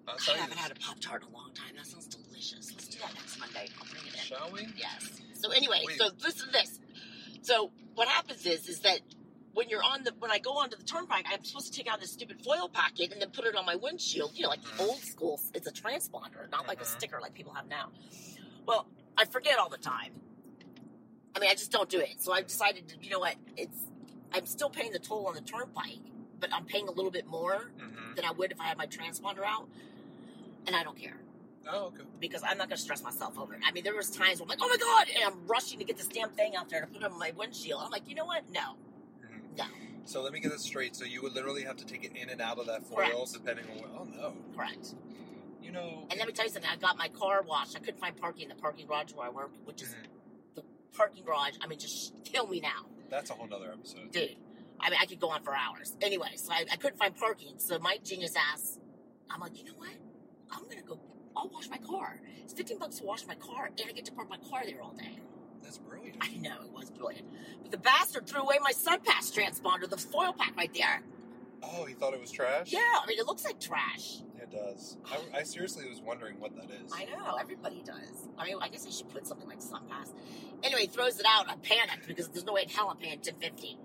[SPEAKER 2] I'll
[SPEAKER 1] I
[SPEAKER 2] tell you
[SPEAKER 1] haven't
[SPEAKER 2] this.
[SPEAKER 1] had a Pop Tart in a long time. That sounds delicious. Let's do that next Monday. I'll bring it in.
[SPEAKER 2] Shall we?
[SPEAKER 1] Yes. So anyway,
[SPEAKER 2] Wait.
[SPEAKER 1] so listen to this. So what happens is, is that when you're on the, when I go onto the turnpike, I'm supposed to take out this stupid foil packet and then put it on my windshield. You know, like the
[SPEAKER 2] Mhm.
[SPEAKER 1] old school. It's a transponder, not like a
[SPEAKER 2] Mhm.
[SPEAKER 1] sticker like people have now. Well, I forget all the time. I mean, I just don't do it. So I decided to, you know what? It's I'm still paying the toll on the turnpike, but I'm paying a little bit more
[SPEAKER 2] Mm-hmm.
[SPEAKER 1] than I would if I had my transponder out, and I don't care
[SPEAKER 2] Oh, okay.
[SPEAKER 1] because I'm not going to stress myself over it. I mean, there was times where I'm like, oh my god, and I'm rushing to get this damn thing out there to put it on my windshield. I'm like, you know what? No,
[SPEAKER 2] Mhm.
[SPEAKER 1] No.
[SPEAKER 2] So let me get this straight. So you would literally have to take it in and out of that foil,
[SPEAKER 1] Correct.
[SPEAKER 2] depending on. What, oh no.
[SPEAKER 1] correct.
[SPEAKER 2] You know.
[SPEAKER 1] And let me tell you something. I got my car washed. I couldn't find parking in the parking garage where I work, which is
[SPEAKER 2] Mhm.
[SPEAKER 1] parking garage. I mean, just kill me now,
[SPEAKER 2] That's a whole nother episode.
[SPEAKER 1] dude. I mean, I could go on for hours. Anyway, so I, I couldn't find parking. So my genius ass, I'm like, you know what? I'm gonna go. I'll wash my car. It's 15 bucks to wash my car, and I get to park my car there all day.
[SPEAKER 2] That's brilliant.
[SPEAKER 1] I know it was brilliant, but the bastard threw away my SunPass transponder, the foil pack right there.
[SPEAKER 2] Oh, he thought it was trash.
[SPEAKER 1] Yeah, I mean, it looks like trash.
[SPEAKER 2] It does. I, I seriously was wondering what that is.
[SPEAKER 1] I know, everybody does. I mean, I guess I should put something like SunPass. Anyway, he throws it out. I panicked because there's no way in hell I'm paying 1050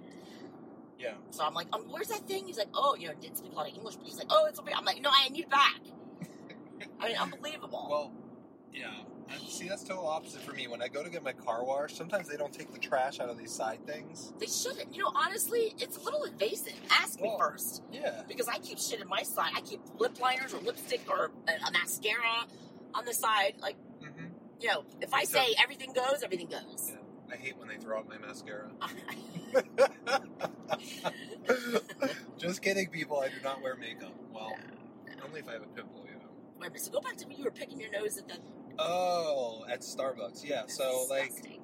[SPEAKER 2] Yeah.
[SPEAKER 1] So I'm like, um, where's that thing? He's like, oh, you know, didn't speak a lot of English, but he's like, oh, it's over here. I'm like, no, I need it back. I mean, unbelievable.
[SPEAKER 2] Well, yeah. I- See, that's total opposite for me. When I go to get my car washed, sometimes they don't take the trash out of these side things.
[SPEAKER 1] they shouldn't. You know, honestly, it's a little invasive. Ask me
[SPEAKER 2] Well-
[SPEAKER 1] first
[SPEAKER 2] Yeah.
[SPEAKER 1] because I keep shit in my side. I keep lip liners or lipstick or a, a mascara on the side. Like,
[SPEAKER 2] Mm-hmm.
[SPEAKER 1] you know, if I
[SPEAKER 2] So-
[SPEAKER 1] say everything goes, everything goes.
[SPEAKER 2] Yeah. I hate when they throw out my mascara. Just kidding, people. I do not wear makeup. Well, only if I have a pimple, you know.
[SPEAKER 1] Wait a minute. So go back to when you were picking your nose at the.
[SPEAKER 2] Oh, at Starbucks. Yeah. So, like,
[SPEAKER 1] Disgusting.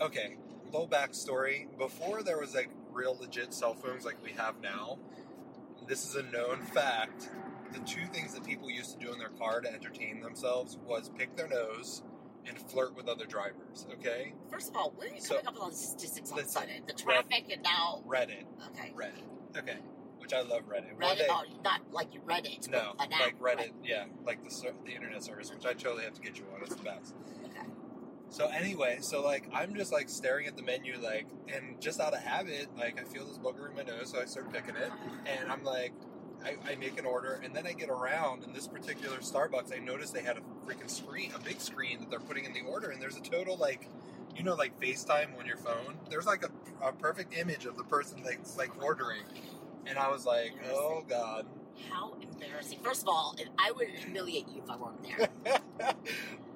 [SPEAKER 2] okay, little backstory. Before there was like real legit cell phones like we have now, this is a known fact. The two things that people used to do in their car to entertain themselves was pick their nose and flirt with other drivers. Okay,
[SPEAKER 1] First of all, where are you
[SPEAKER 2] So-
[SPEAKER 1] coming up with all these statistics all of a
[SPEAKER 2] Listen,
[SPEAKER 1] sudden? The traffic and now.
[SPEAKER 2] Reddit,
[SPEAKER 1] Okay.
[SPEAKER 2] Reddit. Okay, which I love Reddit. One
[SPEAKER 1] Reddit.
[SPEAKER 2] day-
[SPEAKER 1] Oh, not like you read it.
[SPEAKER 2] No,
[SPEAKER 1] but an
[SPEAKER 2] like
[SPEAKER 1] app,
[SPEAKER 2] Reddit,
[SPEAKER 1] right.
[SPEAKER 2] yeah, like the ser- the internet service, which I totally have to get you on. It's the best.
[SPEAKER 1] Okay.
[SPEAKER 2] So anyway, so like I'm just like staring at the menu, like, and just out of habit, like I feel this booger in my nose, so I start picking it, and I'm like, I, I make an order, and then I get around, and this particular Starbucks, I noticed they had a freaking screen, a big screen that they're putting in the order, and there's a total like. You know, like FaceTime on your phone. There's like a, a perfect image of the person that's like ordering, and I was like, "Oh God!"
[SPEAKER 1] How embarrassing. First of all, if- I would humiliate you if I weren't there.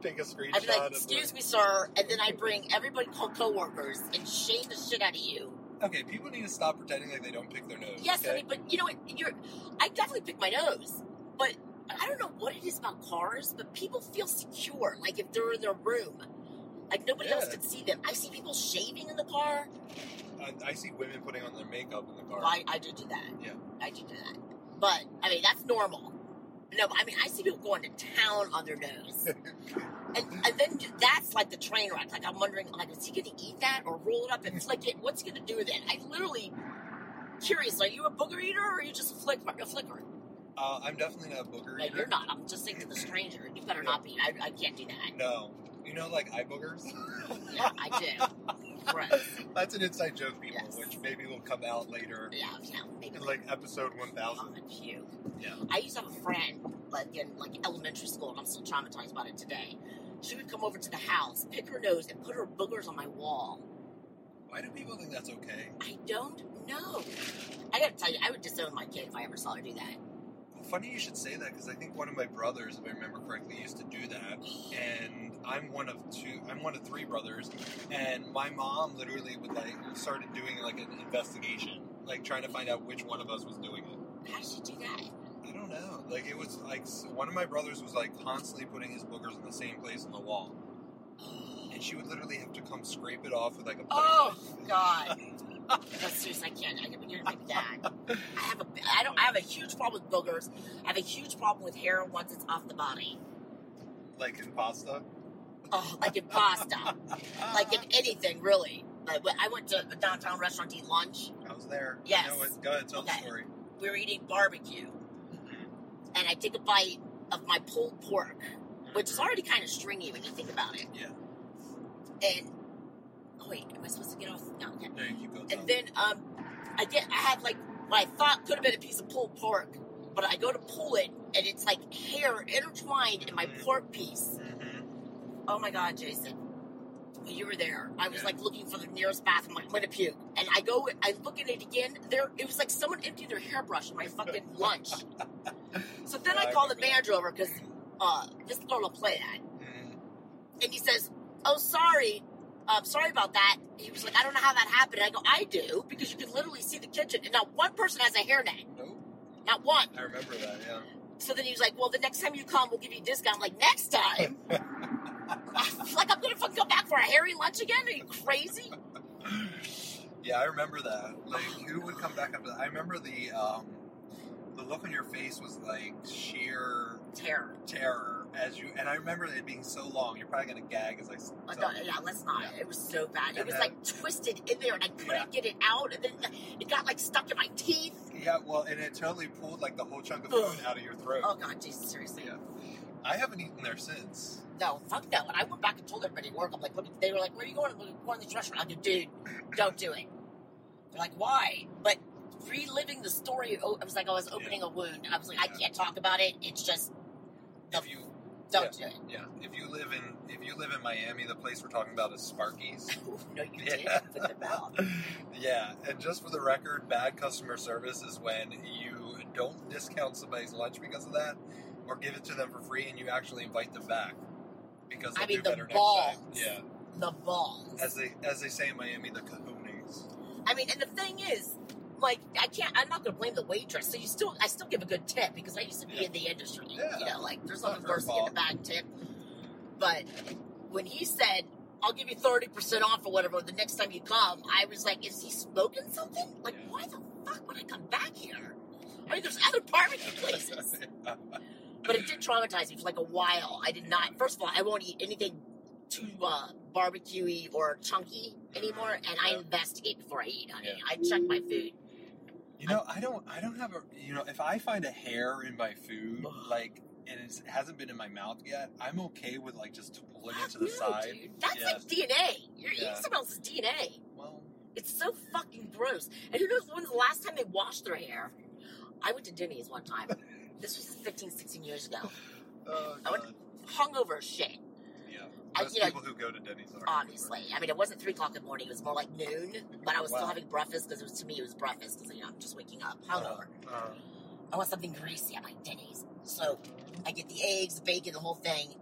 [SPEAKER 2] Take a screenshot.
[SPEAKER 1] I'd be like,
[SPEAKER 2] of the-
[SPEAKER 1] excuse me, sir. And then I'd bring everybody called co workers and shame the shit out of you.
[SPEAKER 2] Okay, people need to stop pretending like they don't pick their nose.
[SPEAKER 1] Yes, I
[SPEAKER 2] okay?
[SPEAKER 1] mean, but you know what? You're, I definitely pick my nose, but I don't know what it is about cars, but people feel secure, like if they're in their room, like nobody else
[SPEAKER 2] Yeah.
[SPEAKER 1] can see them. I see people shaving in the car.
[SPEAKER 2] I, I see women putting on their makeup in the car.
[SPEAKER 1] I, I do do that.
[SPEAKER 2] Yeah.
[SPEAKER 1] I do do that. But I mean, that's normal. No, but, I mean, I see people going to town on their nose, and, and then that's like the train wreck. Like I'm wondering, like, is he going to eat that or roll it up and flick it? What's he going to do with it? I literally curious. Are you a booger eater or are you just a flick a flicker?
[SPEAKER 2] Uh, I'm definitely not a booger
[SPEAKER 1] No,
[SPEAKER 2] eater.
[SPEAKER 1] you're not. I'm just saying to the stranger, you better not be. I, I can't do that.
[SPEAKER 2] No. You know, like eye boogers?
[SPEAKER 1] Yeah, I do. Gross.
[SPEAKER 2] That's an inside joke, people,
[SPEAKER 1] Yes.
[SPEAKER 2] which maybe will come out later
[SPEAKER 1] Yeah, yeah. Maybe
[SPEAKER 2] in like episode
[SPEAKER 1] on
[SPEAKER 2] 1000.
[SPEAKER 1] the pew.
[SPEAKER 2] Yeah.
[SPEAKER 1] I used to have a friend, like in like elementary school, and I'm still traumatized about it today. She would come over to the house, pick her nose, and put her boogers on my wall.
[SPEAKER 2] Why do people think that's okay?
[SPEAKER 1] I don't know. I gotta tell you, I would disown my kid if I ever saw her do that.
[SPEAKER 2] Funny you should say that because I think one of my brothers, if I remember correctly, used to do that. And I'm one of two, I'm one of three brothers. And my mom literally would like started doing like an investigation, like trying to find out which one of us was doing it.
[SPEAKER 1] How did she do that?
[SPEAKER 2] I don't know. Like it was like s- one of my brothers was like constantly putting his boogers in the same place on the wall, and she would literally have to come scrape it off with like a. putty
[SPEAKER 1] Oh
[SPEAKER 2] knife.
[SPEAKER 1] God! no, seriously, I can't. I can't get like that. I have a. I don't. I have a huge problem with boogers. I have a huge problem with hair once it's off the body.
[SPEAKER 2] Like in pasta.
[SPEAKER 1] Oh, like in pasta, like in anything really. Like when I went to a downtown restaurant to eat lunch,
[SPEAKER 2] Uh I was there.
[SPEAKER 1] Yes.
[SPEAKER 2] I know it. Go ahead, tell
[SPEAKER 1] Okay.
[SPEAKER 2] the story.
[SPEAKER 1] we were eating barbecue, and I take a bite of my pulled pork, which is already kind of stringy when you think about it.
[SPEAKER 2] Yeah.
[SPEAKER 1] And oh wait, am I supposed to get off? No, okay.
[SPEAKER 2] No, you keep going.
[SPEAKER 1] And then um, I get I had like what I thought could have been a piece of pulled pork, but I go to pull it, and it's like hair intertwined in my
[SPEAKER 2] Mhm.
[SPEAKER 1] pork piece.
[SPEAKER 2] Mhm.
[SPEAKER 1] Oh my god, Jason. You were there. I was
[SPEAKER 2] Yeah.
[SPEAKER 1] like looking for the nearest bathroom. I'm like, I'm gonna puke. And I go, I look at it again. There, it was like someone emptied their hairbrush in my fucking lunch. So then I
[SPEAKER 2] I
[SPEAKER 1] call
[SPEAKER 2] remember
[SPEAKER 1] the
[SPEAKER 2] that.
[SPEAKER 1] manager over because uh, this girl will play that,
[SPEAKER 2] Mhm.
[SPEAKER 1] and he says, "Oh, sorry, um, sorry about that." He was like, "I don't know how that happened." I go, "I do because you can literally see the kitchen, and not one person has a hairnet,
[SPEAKER 2] Nope.
[SPEAKER 1] not one."
[SPEAKER 2] I remember that. Yeah.
[SPEAKER 1] So then he was like, "Well, the next time you come, we'll give you a discount." I'm like, "Next time?" like I'm gonna fucking come back for a hairy lunch again? Are you crazy?
[SPEAKER 2] Yeah, I remember that. Like, who would come back after that? I remember the um, the look on your face was like sheer
[SPEAKER 1] Terror.
[SPEAKER 2] terror as you. And I remember it being so long. You're probably gonna gag as I. s-
[SPEAKER 1] I
[SPEAKER 2] tell
[SPEAKER 1] thought,
[SPEAKER 2] you.
[SPEAKER 1] yeah, let's not. It was so bad. It
[SPEAKER 2] And
[SPEAKER 1] was
[SPEAKER 2] then-
[SPEAKER 1] like twisted in there, and I couldn't get it out. And then it got like stuck in my teeth.
[SPEAKER 2] Yeah, well, and it totally pulled like the whole chunk of food out of your throat.
[SPEAKER 1] Oh God, Jesus, seriously.
[SPEAKER 2] Yeah. I haven't eaten there since.
[SPEAKER 1] No, fuck that one. I went back and told everybody at work. I'm like, look, they were like, where are you going? I'm like, going to this restaurant. I'm like, dude, don't do it. They're like, why? But reliving the story, oh, I was like, I was opening a wound. I was like, I
[SPEAKER 2] Yeah.
[SPEAKER 1] can't talk about it. It's just,
[SPEAKER 2] If you
[SPEAKER 1] don't do
[SPEAKER 2] yeah, if you live in if you live in Miami, the place we're talking about is Sparky's.
[SPEAKER 1] it. Ooh, no, you did.
[SPEAKER 2] Yeah.
[SPEAKER 1] Put them out.
[SPEAKER 2] yeah, and just for the record, bad customer service is when you don't discount somebody's lunch because of that, or give it to them for free, and you actually invite them back because
[SPEAKER 1] I
[SPEAKER 2] they'll
[SPEAKER 1] mean,
[SPEAKER 2] do
[SPEAKER 1] the
[SPEAKER 2] better
[SPEAKER 1] balls.
[SPEAKER 2] next time.
[SPEAKER 1] The balls.
[SPEAKER 2] Yeah, as they as they say in Miami, the cojones.
[SPEAKER 1] I mean, and the thing is, like, I can't. I'm not gonna blame the waitress. So you still, I still give a good tip because I used to be
[SPEAKER 2] Yeah.
[SPEAKER 1] in the industry.
[SPEAKER 2] Yeah.
[SPEAKER 1] You know, like there's
[SPEAKER 2] Not
[SPEAKER 1] nothing
[SPEAKER 2] her
[SPEAKER 1] worse than getting a bad tip. But when he said, "I'll give you thirty percent off or whatever," the next time you come, I was like, "Is he smoking something? Like,
[SPEAKER 2] Yeah.
[SPEAKER 1] why the fuck would I come back here?" I mean, there's other barbecue places. but it did traumatize me for like a while. I did not. First of all, I won't eat anything too uh, barbecuey or chunky anymore, and I
[SPEAKER 2] Yeah.
[SPEAKER 1] investigate before I eat. Honey,
[SPEAKER 2] Yeah.
[SPEAKER 1] I check my food.
[SPEAKER 2] You know, I don't, I don't have a, you know, if I find a hair in my food, like, and it's, it hasn't been in my mouth yet, I'm okay with like just pulling it to the
[SPEAKER 1] No,
[SPEAKER 2] side.
[SPEAKER 1] dude. That's
[SPEAKER 2] Yeah.
[SPEAKER 1] like DNA. You're
[SPEAKER 2] Yeah.
[SPEAKER 1] eating someone else's DNA.
[SPEAKER 2] Well,
[SPEAKER 1] It's so fucking gross. And who knows when's the last time they washed their hair? I went to Denny's one time. this was 15, 16 years ago.
[SPEAKER 2] oh,
[SPEAKER 1] I
[SPEAKER 2] God.
[SPEAKER 1] would- Hungover as shit,
[SPEAKER 2] yeah.
[SPEAKER 1] I-
[SPEAKER 2] Most
[SPEAKER 1] you know,
[SPEAKER 2] people who go to Denny's are
[SPEAKER 1] obviously. I mean, it wasn't 3 o'clock in the morning. It was more like noon. But I was
[SPEAKER 2] Wow.
[SPEAKER 1] still having breakfast because it was, to me, it was breakfast because, you know, I'm just waking up. Hungover.
[SPEAKER 2] Uh,
[SPEAKER 1] I want something greasy. I'm like, Denny's. So I get the eggs, the bacon, the whole thing.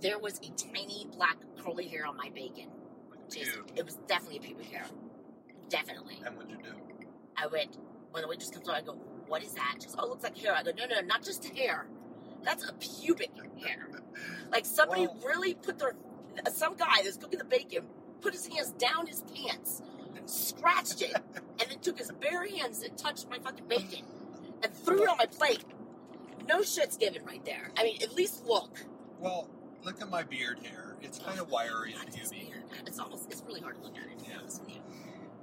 [SPEAKER 1] There was a tiny black curly hair on my bacon. Jason,
[SPEAKER 2] Ew.
[SPEAKER 1] it was definitely a pubic hair. Definitely.
[SPEAKER 2] and what'd you do?
[SPEAKER 1] I went, when the waitress comes over, I go, what is that? She goes, oh, it looks like hair. I go, no, no, not just hair. That's a pubic hair. Like somebody
[SPEAKER 2] Well-
[SPEAKER 1] really put their, some guy that's cooking the bacon put his hands down his pants, scratched it, and then took his bare hands and touched my fucking bacon and threw it on my plate. No shit's given right there. I mean, at least look.
[SPEAKER 2] Well, look at my beard hair. It's kind
[SPEAKER 1] Oh,
[SPEAKER 2] of wiry
[SPEAKER 1] God,
[SPEAKER 2] and
[SPEAKER 1] it's
[SPEAKER 2] puny.
[SPEAKER 1] weird. It's almost, it's really hard to look at it, to be
[SPEAKER 2] Yeah.
[SPEAKER 1] honest with you.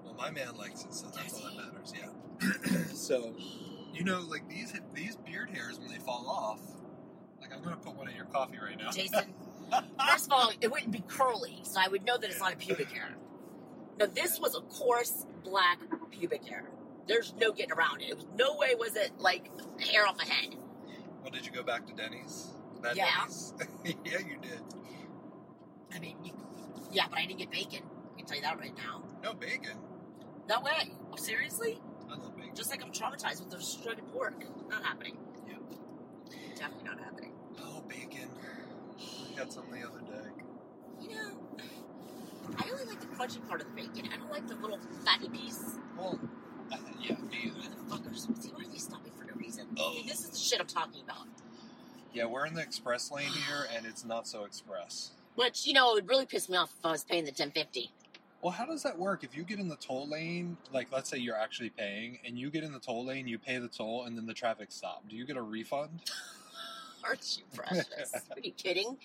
[SPEAKER 2] Well, my man likes it, so that's all that matters. Yeah. so, you know, like these these beard hairs when they fall off, like I'm gonna put one in your coffee right now.
[SPEAKER 1] Jason, First of all, it wouldn't be curly, so I would know that it's not a pubic hair. No, this was a coarse black pubic hair. There's no getting around it. it was, no way was it like hair off a head.
[SPEAKER 2] Well, did you go back to Denny's? That
[SPEAKER 1] Yeah.
[SPEAKER 2] Denny's? yeah, you did.
[SPEAKER 1] I mean, you, yeah, but I didn't get bacon. I can tell you that right now.
[SPEAKER 2] No bacon.
[SPEAKER 1] No way. Seriously?
[SPEAKER 2] I love bacon.
[SPEAKER 1] Just like I'm traumatized with the shredded pork. Not happening.
[SPEAKER 2] Yeah.
[SPEAKER 1] Definitely not happening.
[SPEAKER 2] Oh, bacon. I had some the other day.
[SPEAKER 1] You know, I only like the crunchy part of the bacon. I don't like the little fatty piece.
[SPEAKER 2] Well, uh, yeah, me either.
[SPEAKER 1] Motherfuckers, see, why are they stopping for no reason?
[SPEAKER 2] Oh.
[SPEAKER 1] See, this is the shit I'm talking about.
[SPEAKER 2] Yeah, we're in the express lane here, and it's not so express.
[SPEAKER 1] Which you know, it would really piss me off if I was paying the ten fifty.
[SPEAKER 2] Well, how does that work? If you get in the toll lane, like let's say you're actually paying, and you get in the toll lane, you pay the toll, and then the traffic stopped. Do you get a refund?
[SPEAKER 1] Aren't you precious? Are you kidding?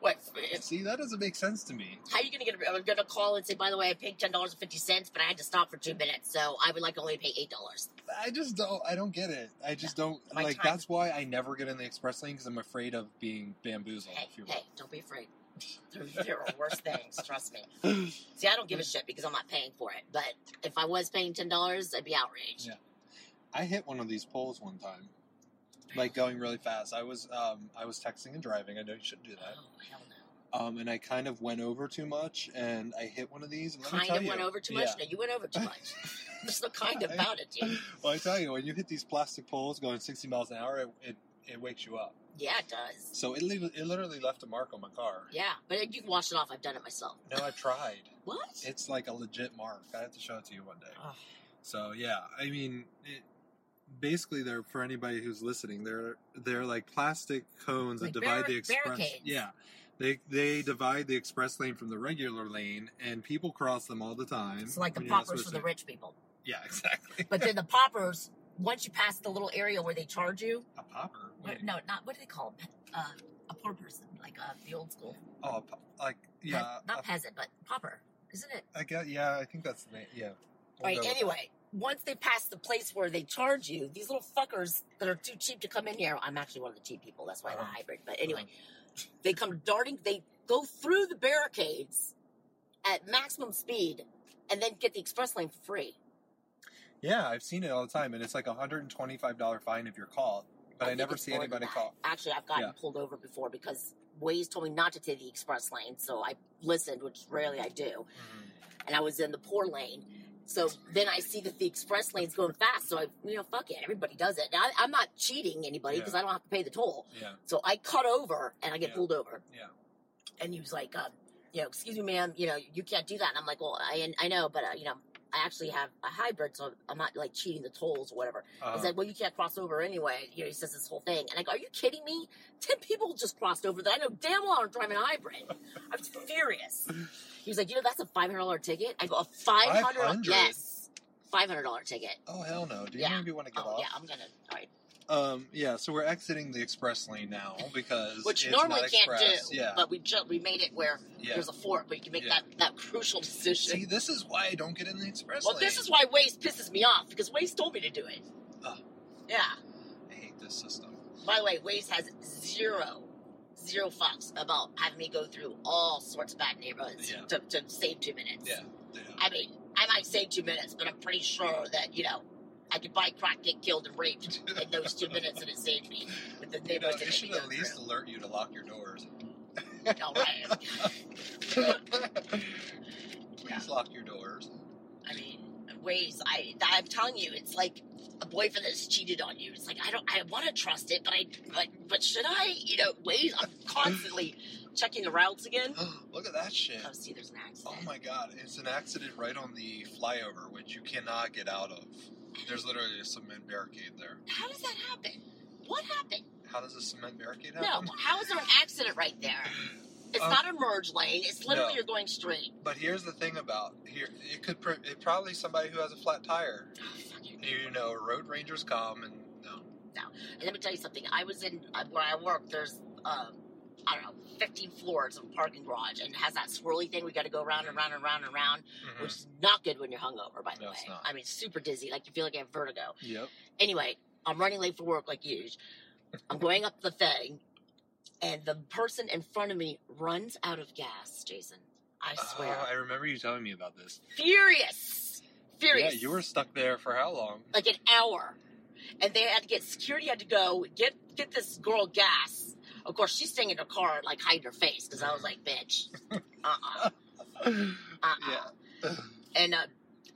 [SPEAKER 1] What? if-
[SPEAKER 2] See, that doesn't make sense to me.
[SPEAKER 1] How are you going to get? A, I'm going to call and say, by the way, I paid ten dollars and fifty cents, but I had to stop for two minutes, so I would like only to pay eight dollars.
[SPEAKER 2] I just don't. I don't get it. I just don't
[SPEAKER 1] My
[SPEAKER 2] like.
[SPEAKER 1] time-
[SPEAKER 2] That's why I never get in the express lane because I'm afraid of being bamboozled.
[SPEAKER 1] Hey,
[SPEAKER 2] if you will.
[SPEAKER 1] hey, don't be afraid. There there are worse things. Trust me. See, I don't give a shit because I'm not paying for it. But if I was paying ten dollars, I'd be outraged.
[SPEAKER 2] Yeah. I hit one of these poles one time, like going really fast. I was um, I was texting and driving. I know you shouldn't do
[SPEAKER 1] Oh
[SPEAKER 2] that.
[SPEAKER 1] hell no!
[SPEAKER 2] Um, and I kind of went over too much, and I hit one of these. And let me
[SPEAKER 1] Kind
[SPEAKER 2] tell
[SPEAKER 1] of
[SPEAKER 2] you,
[SPEAKER 1] went over too
[SPEAKER 2] yeah.
[SPEAKER 1] much. No, you went over too much. There's no kind about it, dude.
[SPEAKER 2] Well, I tell you, when you hit these plastic poles going 60 miles an hour, it, it, it wakes you up.
[SPEAKER 1] Yeah, it does.
[SPEAKER 2] So it, li- it literally left a mark on my car.
[SPEAKER 1] Yeah, but you can wash it off. I've done it myself.
[SPEAKER 2] No, I tried.
[SPEAKER 1] What?
[SPEAKER 2] It's like a legit mark. I have to show it to you one day.
[SPEAKER 1] Ugh.
[SPEAKER 2] So yeah, I mean, it, basically, they're for anybody who's listening. They're they're like plastic cones
[SPEAKER 1] Like
[SPEAKER 2] that divide
[SPEAKER 1] barri-
[SPEAKER 2] the express.
[SPEAKER 1] barricades.
[SPEAKER 2] Yeah, they they divide the express lane from the regular lane, and people cross them all the time.
[SPEAKER 1] It's like the
[SPEAKER 2] when you're not
[SPEAKER 1] poppers for
[SPEAKER 2] supposed
[SPEAKER 1] the
[SPEAKER 2] to.
[SPEAKER 1] rich people.
[SPEAKER 2] Yeah, exactly.
[SPEAKER 1] But then the poppers, once you pass the little area where they charge you,
[SPEAKER 2] a popper.
[SPEAKER 1] what-
[SPEAKER 2] Wait.
[SPEAKER 1] no, not what do they call it? Uh, a poor person, like uh, the old school.
[SPEAKER 2] Oh, a po- like
[SPEAKER 1] Pe-
[SPEAKER 2] yeah. uh,
[SPEAKER 1] not
[SPEAKER 2] a-
[SPEAKER 1] peasant, but popper, isn't it?
[SPEAKER 2] I guess yeah. I think that's the name. Yeah. We'll
[SPEAKER 1] right.
[SPEAKER 2] go with
[SPEAKER 1] Anyway, once they pass the place where they charge you, these little fuckers that are too cheap to come in here. I'm actually one of the cheap people. That's why I'm a
[SPEAKER 2] Uh-huh.
[SPEAKER 1] hybrid. But
[SPEAKER 2] that.
[SPEAKER 1] anyway, they come darting. They go through the barricades at maximum speed, and then get the express lane for free.
[SPEAKER 2] Yeah, I've seen it all the time, and it's like a hundred and twenty-five dollar fine if you're caught. But I,
[SPEAKER 1] think
[SPEAKER 2] never
[SPEAKER 1] it's
[SPEAKER 2] see
[SPEAKER 1] more than
[SPEAKER 2] anybody
[SPEAKER 1] that.
[SPEAKER 2] caught.
[SPEAKER 1] Actually, I've gotten
[SPEAKER 2] Yeah.
[SPEAKER 1] pulled over before because Waze told me not to take the express lane, so I listened, which rarely I do.
[SPEAKER 2] Mm-hmm,
[SPEAKER 1] And I was in the poor lane, so then I see that the express lane's going fast, so I, you know, fuck it, everybody does it. And I, I'm not cheating anybody because I don't have to pay the toll,
[SPEAKER 2] Yeah.
[SPEAKER 1] so I cut over and I get
[SPEAKER 2] Yeah.
[SPEAKER 1] pulled over.
[SPEAKER 2] Yeah.
[SPEAKER 1] And he was like, um, you know, excuse me, ma'am, you know, you can't do that. And I'm like, well, I, I know, but uh, you know, I actually have a hybrid, so I'm not like cheating the tolls or whatever. He's
[SPEAKER 2] Uh,
[SPEAKER 1] like, well, you can't cross over anyway. You know, he says this whole thing, and I go, are you kidding me? Ten people just crossed over that I know damn well are driving a hybrid. I was furious. He was like, you know, that's a five hundred dollar ticket. I go, a five hundred?
[SPEAKER 2] 500?
[SPEAKER 1] Yes, five hundred dollar ticket.
[SPEAKER 2] oh hell no! Do you
[SPEAKER 1] Yeah.
[SPEAKER 2] maybe want to get
[SPEAKER 1] Oh
[SPEAKER 2] off?
[SPEAKER 1] yeah, I'm gonna. All right.
[SPEAKER 2] Um, yeah, so we're exiting the express lane now because
[SPEAKER 1] Which
[SPEAKER 2] it's
[SPEAKER 1] normally
[SPEAKER 2] not
[SPEAKER 1] can't
[SPEAKER 2] express.
[SPEAKER 1] do,
[SPEAKER 2] Yeah,
[SPEAKER 1] but we ju- we made it where
[SPEAKER 2] yeah.
[SPEAKER 1] there's a fork, but you can make
[SPEAKER 2] Yeah.
[SPEAKER 1] that that crucial decision.
[SPEAKER 2] See, this is why I don't get in the express
[SPEAKER 1] well,
[SPEAKER 2] lane.
[SPEAKER 1] this is why Waze pisses me off because Waze told me to do it.
[SPEAKER 2] Oh.
[SPEAKER 1] Yeah.
[SPEAKER 2] I hate this system.
[SPEAKER 1] By the way, Waze has zero, zero fucks about having me go through all sorts of bad neighborhoods
[SPEAKER 2] Yeah.
[SPEAKER 1] to, to save two minutes.
[SPEAKER 2] Yeah, yeah.
[SPEAKER 1] I mean, I might save two minutes, but I'm pretty sure that, you know, I could buy crack, get killed, and raped in those two minutes, and it saved me with the
[SPEAKER 2] You know,
[SPEAKER 1] neighborhood
[SPEAKER 2] they
[SPEAKER 1] that
[SPEAKER 2] should
[SPEAKER 1] made me
[SPEAKER 2] at
[SPEAKER 1] go
[SPEAKER 2] least alert you to lock your doors.
[SPEAKER 1] through. All right.
[SPEAKER 2] Please lock your doors.
[SPEAKER 1] I mean, Waze, I, I'm telling you, it's like a boyfriend that's cheated on you. It's like, I don't, I want to trust it, but I, but, but should I? You know, Waze, I'm constantly checking the routes again.
[SPEAKER 2] Look at that shit.
[SPEAKER 1] Oh, see, there's an
[SPEAKER 2] Oh
[SPEAKER 1] accident.
[SPEAKER 2] my god, it's an accident right on the flyover, which you cannot get out of. There's literally a cement barricade there.
[SPEAKER 1] How does that happen? What happened?
[SPEAKER 2] How does a cement barricade
[SPEAKER 1] No,
[SPEAKER 2] happen?
[SPEAKER 1] how is there an accident right there? It's
[SPEAKER 2] Um,
[SPEAKER 1] not a merge lane. It's literally
[SPEAKER 2] no.
[SPEAKER 1] you're going straight.
[SPEAKER 2] But here's the thing about here, it could pr- it probably somebody who has a flat tire.
[SPEAKER 1] Oh, fucking
[SPEAKER 2] You know, road rangers come and no.
[SPEAKER 1] And let me tell you something. I was in uh, where I work. There's um, I don't know, 15 floors of a parking garage, and it has that swirly thing. We got to go round and round and round and round,
[SPEAKER 2] Hmm.
[SPEAKER 1] which is not good when you're hungover. By
[SPEAKER 2] Mm-hmm.
[SPEAKER 1] the
[SPEAKER 2] No,
[SPEAKER 1] way,
[SPEAKER 2] it's not.
[SPEAKER 1] I mean super dizzy, like you feel like you have vertigo.
[SPEAKER 2] Yep.
[SPEAKER 1] anyway, I'm running late for work like usual. I'm going up the thing, and the person in front of me runs out of gas, Jason. I swear.
[SPEAKER 2] Oh, I remember you telling me about this.
[SPEAKER 1] Furious. Furious.
[SPEAKER 2] Yeah, you were stuck there for how long?
[SPEAKER 1] like an hour. And they had to get security had to go get get this girl gas. Of course, she's staying in her car and like hiding her face because I was like, bitch. Uh-uh. Uh-uh.
[SPEAKER 2] Yeah.
[SPEAKER 1] And uh,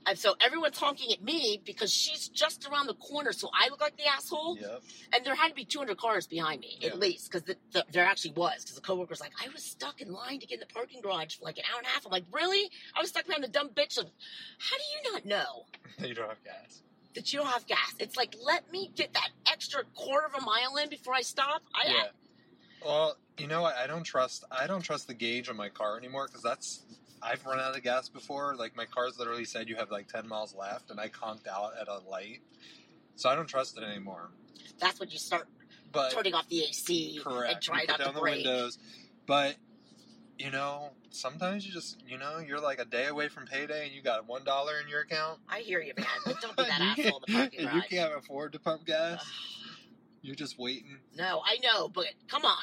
[SPEAKER 1] and so everyone's honking at me because she's just around the corner, so I look like the asshole.
[SPEAKER 2] yep.
[SPEAKER 1] And there had to be 200 cars behind me,
[SPEAKER 2] Yeah.
[SPEAKER 1] at least, because the, the, there actually was. Because the coworker's like, I was stuck in line to get in the parking garage for like an hour and a half. I'm like, really? I was stuck behind the dumb bitch. Of, How do you not know
[SPEAKER 2] you don't have gas.
[SPEAKER 1] that you don't have gas? It's like, let me get that extra quarter of a mile in before I stop. I,
[SPEAKER 2] Yeah. Well, you know what? I don't trust. I don't trust the gauge on my car anymore because that's. I've run out of gas before. Like my car's literally said you have like ten miles left, and I conked out at a light, so I don't trust it anymore.
[SPEAKER 1] that's when you start
[SPEAKER 2] but
[SPEAKER 4] turning off the AC and
[SPEAKER 2] Uh, correct. You
[SPEAKER 4] trying
[SPEAKER 2] put
[SPEAKER 4] not to
[SPEAKER 2] down the
[SPEAKER 4] break.
[SPEAKER 2] windows, but you know, sometimes you just you know you're like a day away from payday and you got one dollar in your account.
[SPEAKER 4] I hear you, man. But don't be that
[SPEAKER 2] You
[SPEAKER 4] asshole in the
[SPEAKER 2] can't-
[SPEAKER 4] parking
[SPEAKER 2] You
[SPEAKER 4] garage.
[SPEAKER 2] can't afford to pump gas. You're just waiting.
[SPEAKER 4] No, I know, but come on.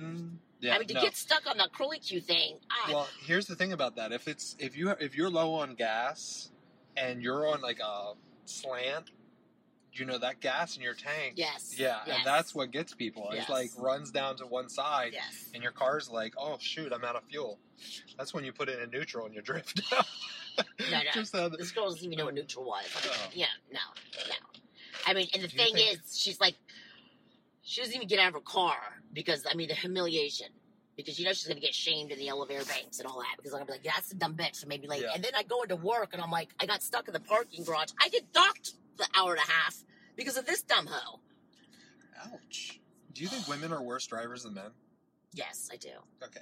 [SPEAKER 2] Mm, yeah,
[SPEAKER 4] I mean, to
[SPEAKER 2] no.
[SPEAKER 4] get stuck on the curly Q thing, I,
[SPEAKER 2] Well, here's the thing about that. If it's if you if you're low on gas and you're on like a slant, you know that gas in your tank.
[SPEAKER 4] yes,
[SPEAKER 2] Yeah,
[SPEAKER 4] yes,
[SPEAKER 2] and that's what gets people. It's
[SPEAKER 4] Yes.
[SPEAKER 2] like runs down to one side,
[SPEAKER 4] yes.
[SPEAKER 2] and your car's like, "Oh shoot, I'm out of fuel." That's when you put it in neutral and you drift out.
[SPEAKER 4] No, no.
[SPEAKER 2] Just out of-
[SPEAKER 4] This girl doesn't even know what neutral was. I mean,
[SPEAKER 2] Oh.
[SPEAKER 4] Yeah, no, no. I mean, and the
[SPEAKER 2] Do you
[SPEAKER 4] thing
[SPEAKER 2] think-
[SPEAKER 4] is, she's like, she doesn't even get out of her car because I mean the humiliation. Because you know she's gonna get shamed in the elevator banks and all that. Because I'm gonna be like, that's a dumb bitch who made me late.
[SPEAKER 2] Yeah.
[SPEAKER 4] And then I go into work and I'm like, I got stuck in the parking garage. I get docked the hour and a half because of this dumb hoe.
[SPEAKER 2] Ouch. Do you think women are worse drivers than men?
[SPEAKER 4] Yes, I do.
[SPEAKER 2] Okay,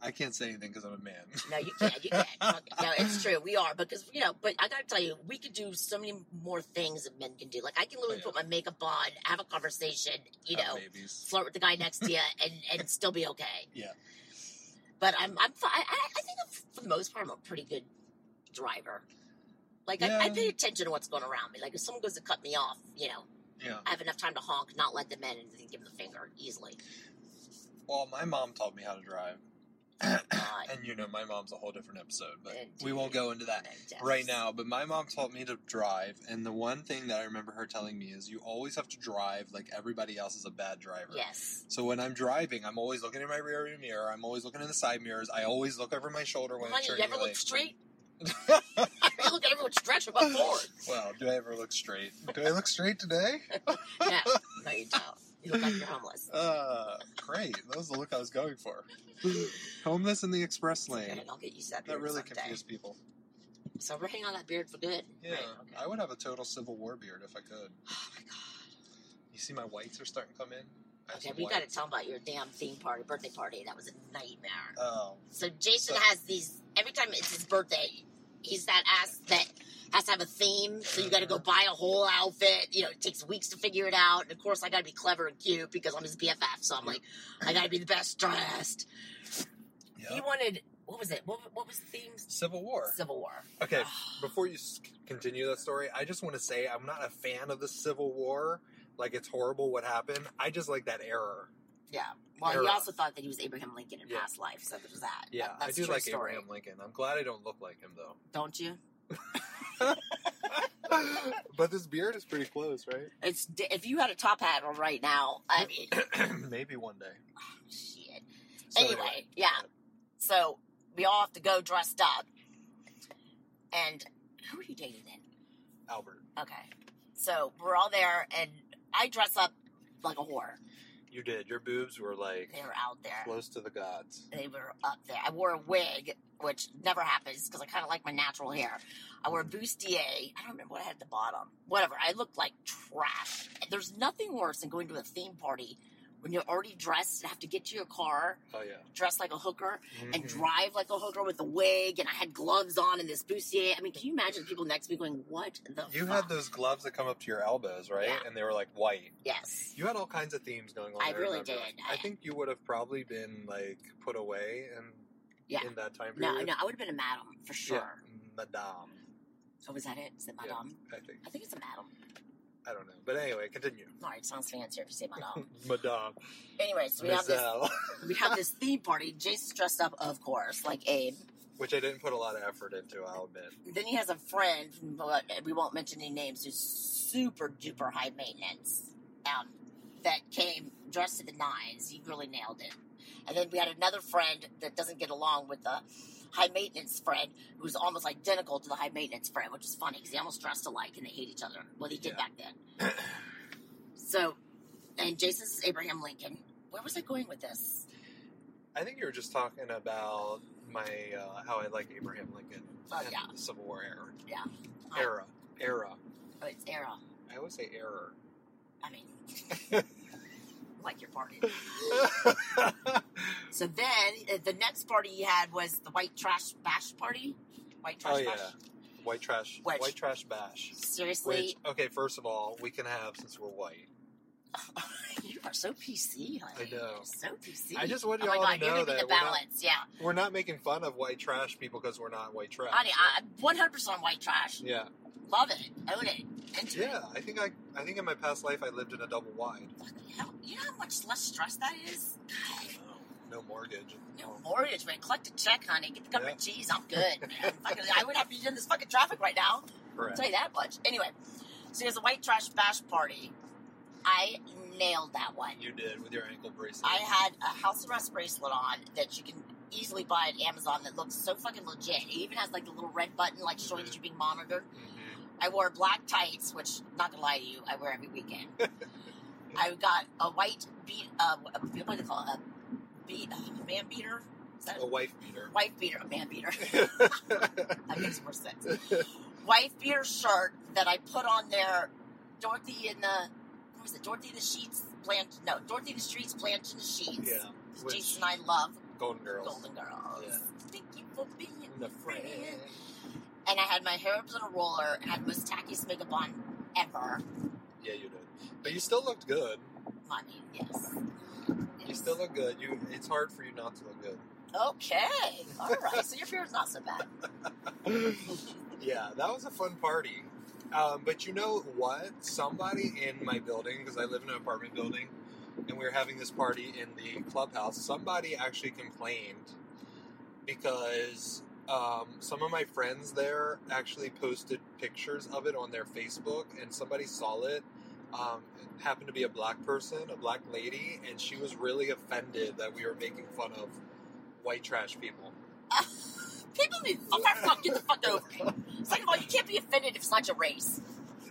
[SPEAKER 2] I can't say anything because I'm a man.
[SPEAKER 4] No, you can't. You can't. Fuck it. No, it's true. We are because you know. But I gotta tell you, we could do so many more things that men can do. Like I can literally
[SPEAKER 2] Oh,
[SPEAKER 4] put my makeup on, have a conversation, you
[SPEAKER 2] Have
[SPEAKER 4] know,
[SPEAKER 2] babies.
[SPEAKER 4] flirt with the guy next to you, and and still be okay.
[SPEAKER 2] Yeah.
[SPEAKER 4] But I'm I'm fi- I, I- I think I'm, for the most part I'm a pretty good driver. Like I, I
[SPEAKER 2] Yeah.
[SPEAKER 4] pay attention to what's going around me. Like if someone goes to cut me off, you know,
[SPEAKER 2] Yeah.
[SPEAKER 4] I have enough time to honk, not let them in, and then give them the finger easily.
[SPEAKER 2] Well, my mom taught me how to drive.
[SPEAKER 4] God.
[SPEAKER 2] and you know, my mom's a whole different episode, but
[SPEAKER 4] Indeed.
[SPEAKER 2] we won't go into that right now. But my mom taught me to drive, and the one thing that I remember her telling me is you always have to drive like everybody else is a bad driver.
[SPEAKER 4] Yes.
[SPEAKER 2] So when I'm driving, I'm always looking in my rear view mirror. I'm always looking in the side mirrors. I always look over my shoulder when
[SPEAKER 4] Honey,
[SPEAKER 2] I'm
[SPEAKER 4] you
[SPEAKER 2] turning
[SPEAKER 4] ever look
[SPEAKER 2] lane.
[SPEAKER 4] straight? I look at everyone's direction but forward.
[SPEAKER 2] Well, do I ever look straight? Do I look straight today?
[SPEAKER 4] No, no, you don't. You look like you're homeless.
[SPEAKER 2] Uh, great. That was the look I was going for. Homeless in the express
[SPEAKER 4] And
[SPEAKER 2] lane.
[SPEAKER 4] I'll get you that beard
[SPEAKER 2] That really
[SPEAKER 4] someday.
[SPEAKER 2] confused people.
[SPEAKER 4] So we're hanging on that beard for good.
[SPEAKER 2] Yeah,
[SPEAKER 4] Right, okay.
[SPEAKER 2] I would have a total Civil War beard if I could.
[SPEAKER 4] Oh my god.
[SPEAKER 2] You see, my whites are starting to come in. I have
[SPEAKER 4] Okay,
[SPEAKER 2] some
[SPEAKER 4] we got to
[SPEAKER 2] whites.
[SPEAKER 4] tell 'em about your damn theme party, birthday party. That was a nightmare.
[SPEAKER 2] Oh,
[SPEAKER 4] So Jason
[SPEAKER 2] So-
[SPEAKER 4] has these every time it's his birthday. He's that ass that has to have a theme, so you got to go buy a whole outfit. You know, it takes weeks to figure it out. And of course, I got to be clever and cute because I'm his BFF. So I'm like, I got to be the best dressed.
[SPEAKER 2] yeah.
[SPEAKER 4] He wanted what was it? What, what was the theme?
[SPEAKER 2] Civil War.
[SPEAKER 4] Civil War.
[SPEAKER 2] Okay, before you s- continue that story, I just want to say I'm not a fan of the Civil War. Like, it's horrible what happened. I just like that error.
[SPEAKER 4] Yeah. Well, he
[SPEAKER 2] Era.
[SPEAKER 4] also thought that he was Abraham Lincoln in
[SPEAKER 2] Yeah.
[SPEAKER 4] past life, so there's that.
[SPEAKER 2] Yeah,
[SPEAKER 4] That-
[SPEAKER 2] I
[SPEAKER 4] that's a
[SPEAKER 2] do
[SPEAKER 4] true
[SPEAKER 2] like
[SPEAKER 4] story.
[SPEAKER 2] Abraham Lincoln. I'm glad I don't look like him, though.
[SPEAKER 4] Don't you?
[SPEAKER 2] but this beard is pretty close, right?
[SPEAKER 4] It's di- if you had a top hat on right now, I mean,
[SPEAKER 2] Maybe one day.
[SPEAKER 4] shit.
[SPEAKER 2] So
[SPEAKER 4] anyway, yeah. So we all have to go dressed up. And who are you dating then?
[SPEAKER 2] Albert,
[SPEAKER 4] Okay. So we're all there, and I dress up like a whore.
[SPEAKER 2] you did. Your boobs were like
[SPEAKER 4] They were out there.
[SPEAKER 2] close to the gods.
[SPEAKER 4] They were up there. I wore a wig, which never happens because I kind of like my natural hair. I wore a bustier. I don't remember what I had at the bottom. Whatever. I looked like trash. There's nothing worse than going to a theme party when you're already dressed and have to get to your car
[SPEAKER 2] Oh yeah.
[SPEAKER 4] dressed like a hooker and
[SPEAKER 2] Mhm.
[SPEAKER 4] drive like a hooker with a wig and I had gloves on and this bustier. I mean, can you imagine people next to me going, "What the?"
[SPEAKER 2] You
[SPEAKER 4] Oh, fuck?
[SPEAKER 2] had those gloves that come up to your elbows, right?
[SPEAKER 4] Yeah.
[SPEAKER 2] And they were like white.
[SPEAKER 4] yes.
[SPEAKER 2] You had all kinds of themes going on.
[SPEAKER 4] I really
[SPEAKER 2] remember.
[SPEAKER 4] did.
[SPEAKER 2] I
[SPEAKER 4] I-
[SPEAKER 2] think you would have probably been like put away and
[SPEAKER 4] Yeah.
[SPEAKER 2] in that time
[SPEAKER 4] No,
[SPEAKER 2] period.
[SPEAKER 4] no, I would have been a madam for sure.
[SPEAKER 2] Yeah, Madame.
[SPEAKER 4] Oh, was that it? Is it
[SPEAKER 2] Yeah,
[SPEAKER 4] madame?
[SPEAKER 2] I think.
[SPEAKER 4] I think it's a madam.
[SPEAKER 2] I don't know. But anyway, continue.
[SPEAKER 4] All right, sounds fancier if you say madame.
[SPEAKER 2] Madame.
[SPEAKER 4] anyway, so we have this
[SPEAKER 2] Mademoiselle.
[SPEAKER 4] we have this theme party. Jason's dressed up, of course, like Abe.
[SPEAKER 2] Which I didn't put a lot of effort into, I'll admit.
[SPEAKER 4] Then he has a friend, but we won't mention any names, who's super duper high maintenance. Um, that came dressed to the nines. He really nailed it. And then we had another friend that doesn't get along with the high maintenance friend, who's almost identical to the high maintenance friend, which is funny because they almost dressed alike and they hate each other. Well, they did
[SPEAKER 2] Yeah.
[SPEAKER 4] back then. so, and Jason's is Abraham Lincoln. Where was I going with this?
[SPEAKER 2] I think you were just talking about my uh, how I like Abraham Lincoln
[SPEAKER 4] Oh,
[SPEAKER 2] and
[SPEAKER 4] yeah.
[SPEAKER 2] the Civil War era.
[SPEAKER 4] Yeah. Um
[SPEAKER 2] Era. Era.
[SPEAKER 4] Oh, it's Era.
[SPEAKER 2] I always say error.
[SPEAKER 4] I mean, like your party.
[SPEAKER 2] oh
[SPEAKER 4] So then uh, the next party he had was the white trash bash party. White trash
[SPEAKER 2] Oh, yeah,
[SPEAKER 4] bash.
[SPEAKER 2] white trash,
[SPEAKER 4] Which-
[SPEAKER 2] white trash bash.
[SPEAKER 4] Seriously,
[SPEAKER 2] Which okay, first of all, we can have since we're white.
[SPEAKER 4] you people are so PC, honey.
[SPEAKER 2] I know.
[SPEAKER 4] So PC.
[SPEAKER 2] I just want
[SPEAKER 4] oh my
[SPEAKER 2] y'all to
[SPEAKER 4] God, you're
[SPEAKER 2] know
[SPEAKER 4] gonna be
[SPEAKER 2] that
[SPEAKER 4] the
[SPEAKER 2] we're not,
[SPEAKER 4] balance, yeah.
[SPEAKER 2] we're not making fun of white trash people because we're not white trash.
[SPEAKER 4] Honey, I, I'm 100% white trash.
[SPEAKER 2] yeah,
[SPEAKER 4] Love it. Own it. Into
[SPEAKER 2] yeah.
[SPEAKER 4] it.
[SPEAKER 2] I think I, I think in my past life I lived in a double wide.
[SPEAKER 4] Fucking hell. You know how much less stress that is? God,
[SPEAKER 2] No mortgage.
[SPEAKER 4] no mortgage, man. Collect a check, honey. Get the cup of cheese. I'm good, man. Fucking- I would have to be in this fucking traffic right now. I'll
[SPEAKER 2] Correct.
[SPEAKER 4] tell you that much. Anyway, so there's a white trash bash party. I nailed that one.
[SPEAKER 2] You did with your ankle bracelet.
[SPEAKER 4] I had a house arrest bracelet on that you can easily buy at Amazon that looks so fucking legit. It even has like the little red button, like showing that you're being monitored.
[SPEAKER 2] Mhm.
[SPEAKER 4] I wore black tights, which, not gonna lie to you, I wear every weekend. I got a white beat, uh, what do they call it? A beat, uh, man beater? Is that
[SPEAKER 2] A wife beater.
[SPEAKER 4] wife beater, a man beater. that makes more sense. Wife beater shirt that I put on there. Dorothy in the what was it? Dorothy in the sheets, Blanche. No, Dorothy in the streets, Blanche in the sheets.
[SPEAKER 2] yeah. Which-
[SPEAKER 4] Jason and I love
[SPEAKER 2] Golden Girls.
[SPEAKER 4] Golden Girls.
[SPEAKER 2] Yeah.
[SPEAKER 4] Thank you for being
[SPEAKER 2] The
[SPEAKER 4] the
[SPEAKER 2] friend.
[SPEAKER 4] friend. And I had my hair up in a roller and had the most tackiest makeup on ever.
[SPEAKER 2] Yeah, you did. But you still looked good.
[SPEAKER 4] I mean, yes.
[SPEAKER 2] You
[SPEAKER 4] Yes.
[SPEAKER 2] still look good. You. It's hard for you not to look good.
[SPEAKER 4] okay. All right. So your beard's not so bad.
[SPEAKER 2] yeah, that was a fun party. Um, but you know what? Somebody in my building, because I live in an apartment building, and we were having this party in the clubhouse, somebody actually complained because um, some of my friends there actually posted pictures of it on their Facebook, and somebody saw it. Um, it happened to be a black person, a black lady, and she was really offended that we were making fun of white trash people.
[SPEAKER 4] People need oh, first off, get the fuck over it. Second of all, you can't be offended if it's not your race.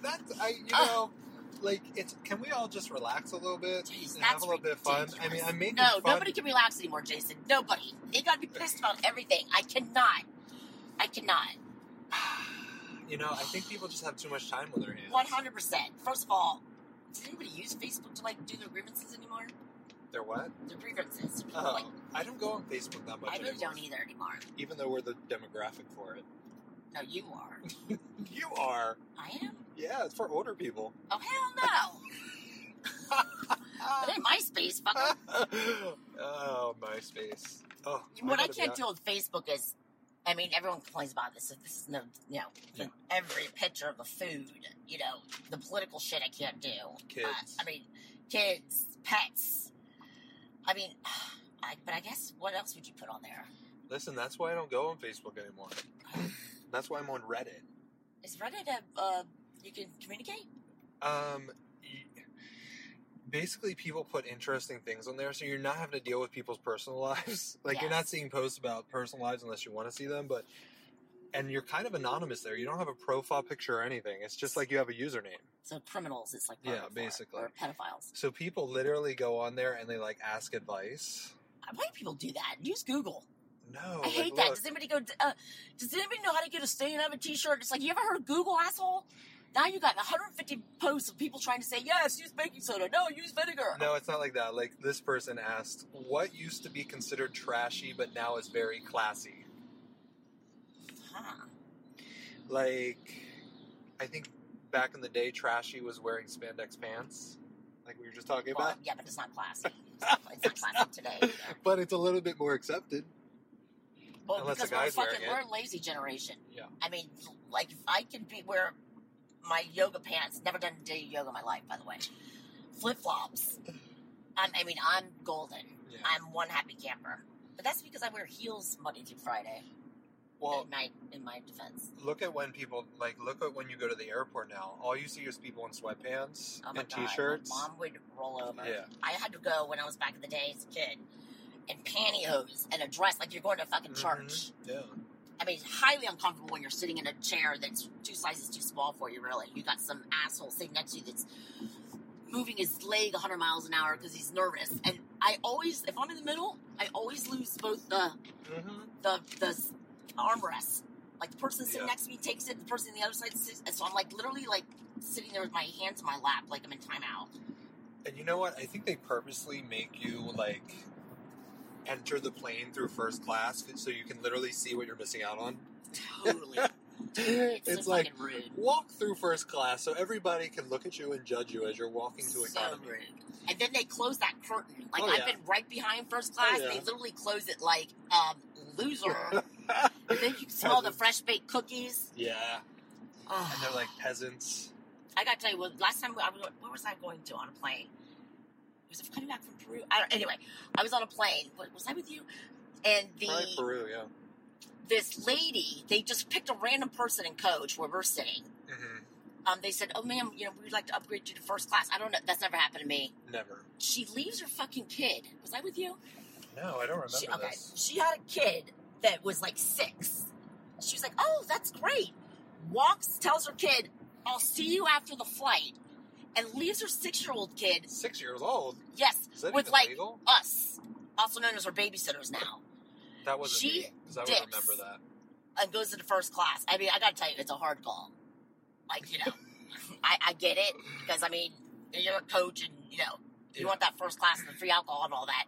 [SPEAKER 2] That's I you
[SPEAKER 4] Ah.
[SPEAKER 2] know, like it's can we all just relax a little bit
[SPEAKER 4] Jeez,
[SPEAKER 2] and have
[SPEAKER 4] that's
[SPEAKER 2] a little bit of fun? I mean,
[SPEAKER 4] ridiculous.
[SPEAKER 2] I'm making
[SPEAKER 4] No,
[SPEAKER 2] fun.
[SPEAKER 4] nobody can relax anymore, Jason. Nobody. They gotta be pissed about everything. I cannot. I cannot.
[SPEAKER 2] you know, I think people just have too much time on their hands.
[SPEAKER 4] One hundred percent. First of all, does anybody use Facebook to like do their grievances anymore?
[SPEAKER 2] They're what?
[SPEAKER 4] Their grievances. People,
[SPEAKER 2] Oh,
[SPEAKER 4] like,
[SPEAKER 2] I don't go on Facebook that much
[SPEAKER 4] I really
[SPEAKER 2] anymore.
[SPEAKER 4] don't either anymore.
[SPEAKER 2] Even though we're the demographic for it.
[SPEAKER 4] No, you are.
[SPEAKER 2] You are.
[SPEAKER 4] I am.
[SPEAKER 2] Yeah, it's for older people.
[SPEAKER 4] Oh hell no! but in MySpace, fucker.
[SPEAKER 2] oh, MySpace. Oh,
[SPEAKER 4] What I
[SPEAKER 2] gotta be
[SPEAKER 4] can't
[SPEAKER 2] hon-
[SPEAKER 4] do with Facebook is, I mean, everyone complains about this. So this is no, you know,
[SPEAKER 2] Yeah.
[SPEAKER 4] every picture of the food, you know, the political shit I can't do.
[SPEAKER 2] Kids.
[SPEAKER 4] Uh, I mean, kids, pets. I mean, I, but I guess what else would you put on there?
[SPEAKER 2] Listen, that's why I don't go on Facebook anymore. That's why I'm on Reddit.
[SPEAKER 4] Is Reddit a uh, you can communicate?
[SPEAKER 2] Um, y- basically, people put interesting things on there, so you're not having to deal with people's personal lives. Like you're not
[SPEAKER 4] Yes.
[SPEAKER 2] seeing posts about personal lives unless you want to see them, but and you're kind of anonymous there. You don't have a profile picture or anything. It's just like you have a username.
[SPEAKER 4] So criminals, it's like
[SPEAKER 2] Yeah,
[SPEAKER 4] perfect for it,
[SPEAKER 2] basically.
[SPEAKER 4] or pedophiles.
[SPEAKER 2] So people literally go on there and they like ask advice.
[SPEAKER 4] Why do people do that? Use Google.
[SPEAKER 2] No,
[SPEAKER 4] I
[SPEAKER 2] like,
[SPEAKER 4] hate that.
[SPEAKER 2] look,
[SPEAKER 4] Does anybody go? Uh, does anybody know how to get a stain out of a T-shirt? It's like you ever heard Google, asshole? Now you got 150 posts of people trying to say yes, use baking soda. No, use vinegar.
[SPEAKER 2] No, it's not like that. Like this person asked, "What used to be considered trashy but now is very classy?"
[SPEAKER 4] Huh.
[SPEAKER 2] like I think back in the day, Trashy was wearing spandex pants, like we were just talking
[SPEAKER 4] Well,
[SPEAKER 2] about.
[SPEAKER 4] yeah, but it's not classy. It's not, it's not classy today. either.
[SPEAKER 2] But it's a little bit more accepted.
[SPEAKER 4] Well,
[SPEAKER 2] Unless the
[SPEAKER 4] because we're
[SPEAKER 2] guy's wearing
[SPEAKER 4] fucking
[SPEAKER 2] it.
[SPEAKER 4] we're a lazy generation.
[SPEAKER 2] Yeah.
[SPEAKER 4] I mean, like if I could be wear my yoga pants. Never done a day of yoga in my life, by the way. Flip flops. I mean, I'm golden.
[SPEAKER 2] Yeah.
[SPEAKER 4] I'm one happy camper. But that's because I wear heels Monday through Friday.
[SPEAKER 2] Well,
[SPEAKER 4] in my in my defense,
[SPEAKER 2] look at when people like look at when you go to the airport now. All you see is people in sweatpants
[SPEAKER 4] oh my
[SPEAKER 2] and
[SPEAKER 4] God, my
[SPEAKER 2] t-shirts.
[SPEAKER 4] mom would roll over.
[SPEAKER 2] Yeah.
[SPEAKER 4] I had to go when I was back in the day as a kid in pantyhose and a dress like you're going to a fucking
[SPEAKER 2] Mhm.
[SPEAKER 4] church.
[SPEAKER 2] Yeah.
[SPEAKER 4] I mean, it's highly uncomfortable when you're sitting in a chair that's two sizes too small for you, really. You got some asshole sitting next to you that's moving his leg 100 miles an hour because he's nervous. And I always, if I'm in the middle, I always lose both the
[SPEAKER 2] hmm
[SPEAKER 4] the the armrests. Like the person sitting
[SPEAKER 2] Yeah.
[SPEAKER 4] next to me takes it, the person on the other side sits. And so I'm like literally like sitting there with my hands in my lap, like I'm in timeout.
[SPEAKER 2] And you know what? I think they purposely make you like enter the plane through first class so you can literally see what you're missing out on.
[SPEAKER 4] Totally. It's,
[SPEAKER 2] It's
[SPEAKER 4] so
[SPEAKER 2] like-
[SPEAKER 4] fucking rude.
[SPEAKER 2] Walk through first class so everybody can look at you and judge you as you're walking to
[SPEAKER 4] So
[SPEAKER 2] economy.
[SPEAKER 4] rude. And then they close that curtain. Like
[SPEAKER 2] Oh,
[SPEAKER 4] I've
[SPEAKER 2] yeah. Oh,
[SPEAKER 4] been right behind first class.
[SPEAKER 2] yeah.
[SPEAKER 4] They literally close it like um, loser. and then you smell the
[SPEAKER 2] Peasants.
[SPEAKER 4] fresh baked cookies.
[SPEAKER 2] yeah,
[SPEAKER 4] Oh.
[SPEAKER 2] and they're like peasants.
[SPEAKER 4] I gotta tell you, well, last time I was, where was I going to on a plane? Was I coming back from Peru? I don't, anyway, I was on a plane. What, was I with you? And the
[SPEAKER 2] Probably Peru, yeah.
[SPEAKER 4] this lady, they just picked a random person in coach where we're sitting.
[SPEAKER 2] hmm
[SPEAKER 4] Um, they said, "Oh, ma'am, you know, we'd like to upgrade you to first class." I don't know. That's never happened to me.
[SPEAKER 2] Never.
[SPEAKER 4] She leaves her fucking kid. Was I with you?
[SPEAKER 2] No, I don't remember
[SPEAKER 4] She, okay,
[SPEAKER 2] this.
[SPEAKER 4] she had a kid that was like six. She was like, "Oh, that's great." Walks, tells her kid, "I'll see you after the flight," and leaves her six-year-old kid.
[SPEAKER 2] Six years old.
[SPEAKER 4] Yes,
[SPEAKER 2] Is that
[SPEAKER 4] With,
[SPEAKER 2] even
[SPEAKER 4] like,
[SPEAKER 2] legal?
[SPEAKER 4] us, also known as her babysitters now,
[SPEAKER 2] That wasn't
[SPEAKER 4] she
[SPEAKER 2] me, 'cause I
[SPEAKER 4] dicks.
[SPEAKER 2] would remember that.
[SPEAKER 4] and goes into first class. I mean, I gotta tell you, it's a hard call. Like you know, I, I get it because I mean, you're a coach, and you know, you
[SPEAKER 2] Yeah.
[SPEAKER 4] want that first class and the free alcohol and all that.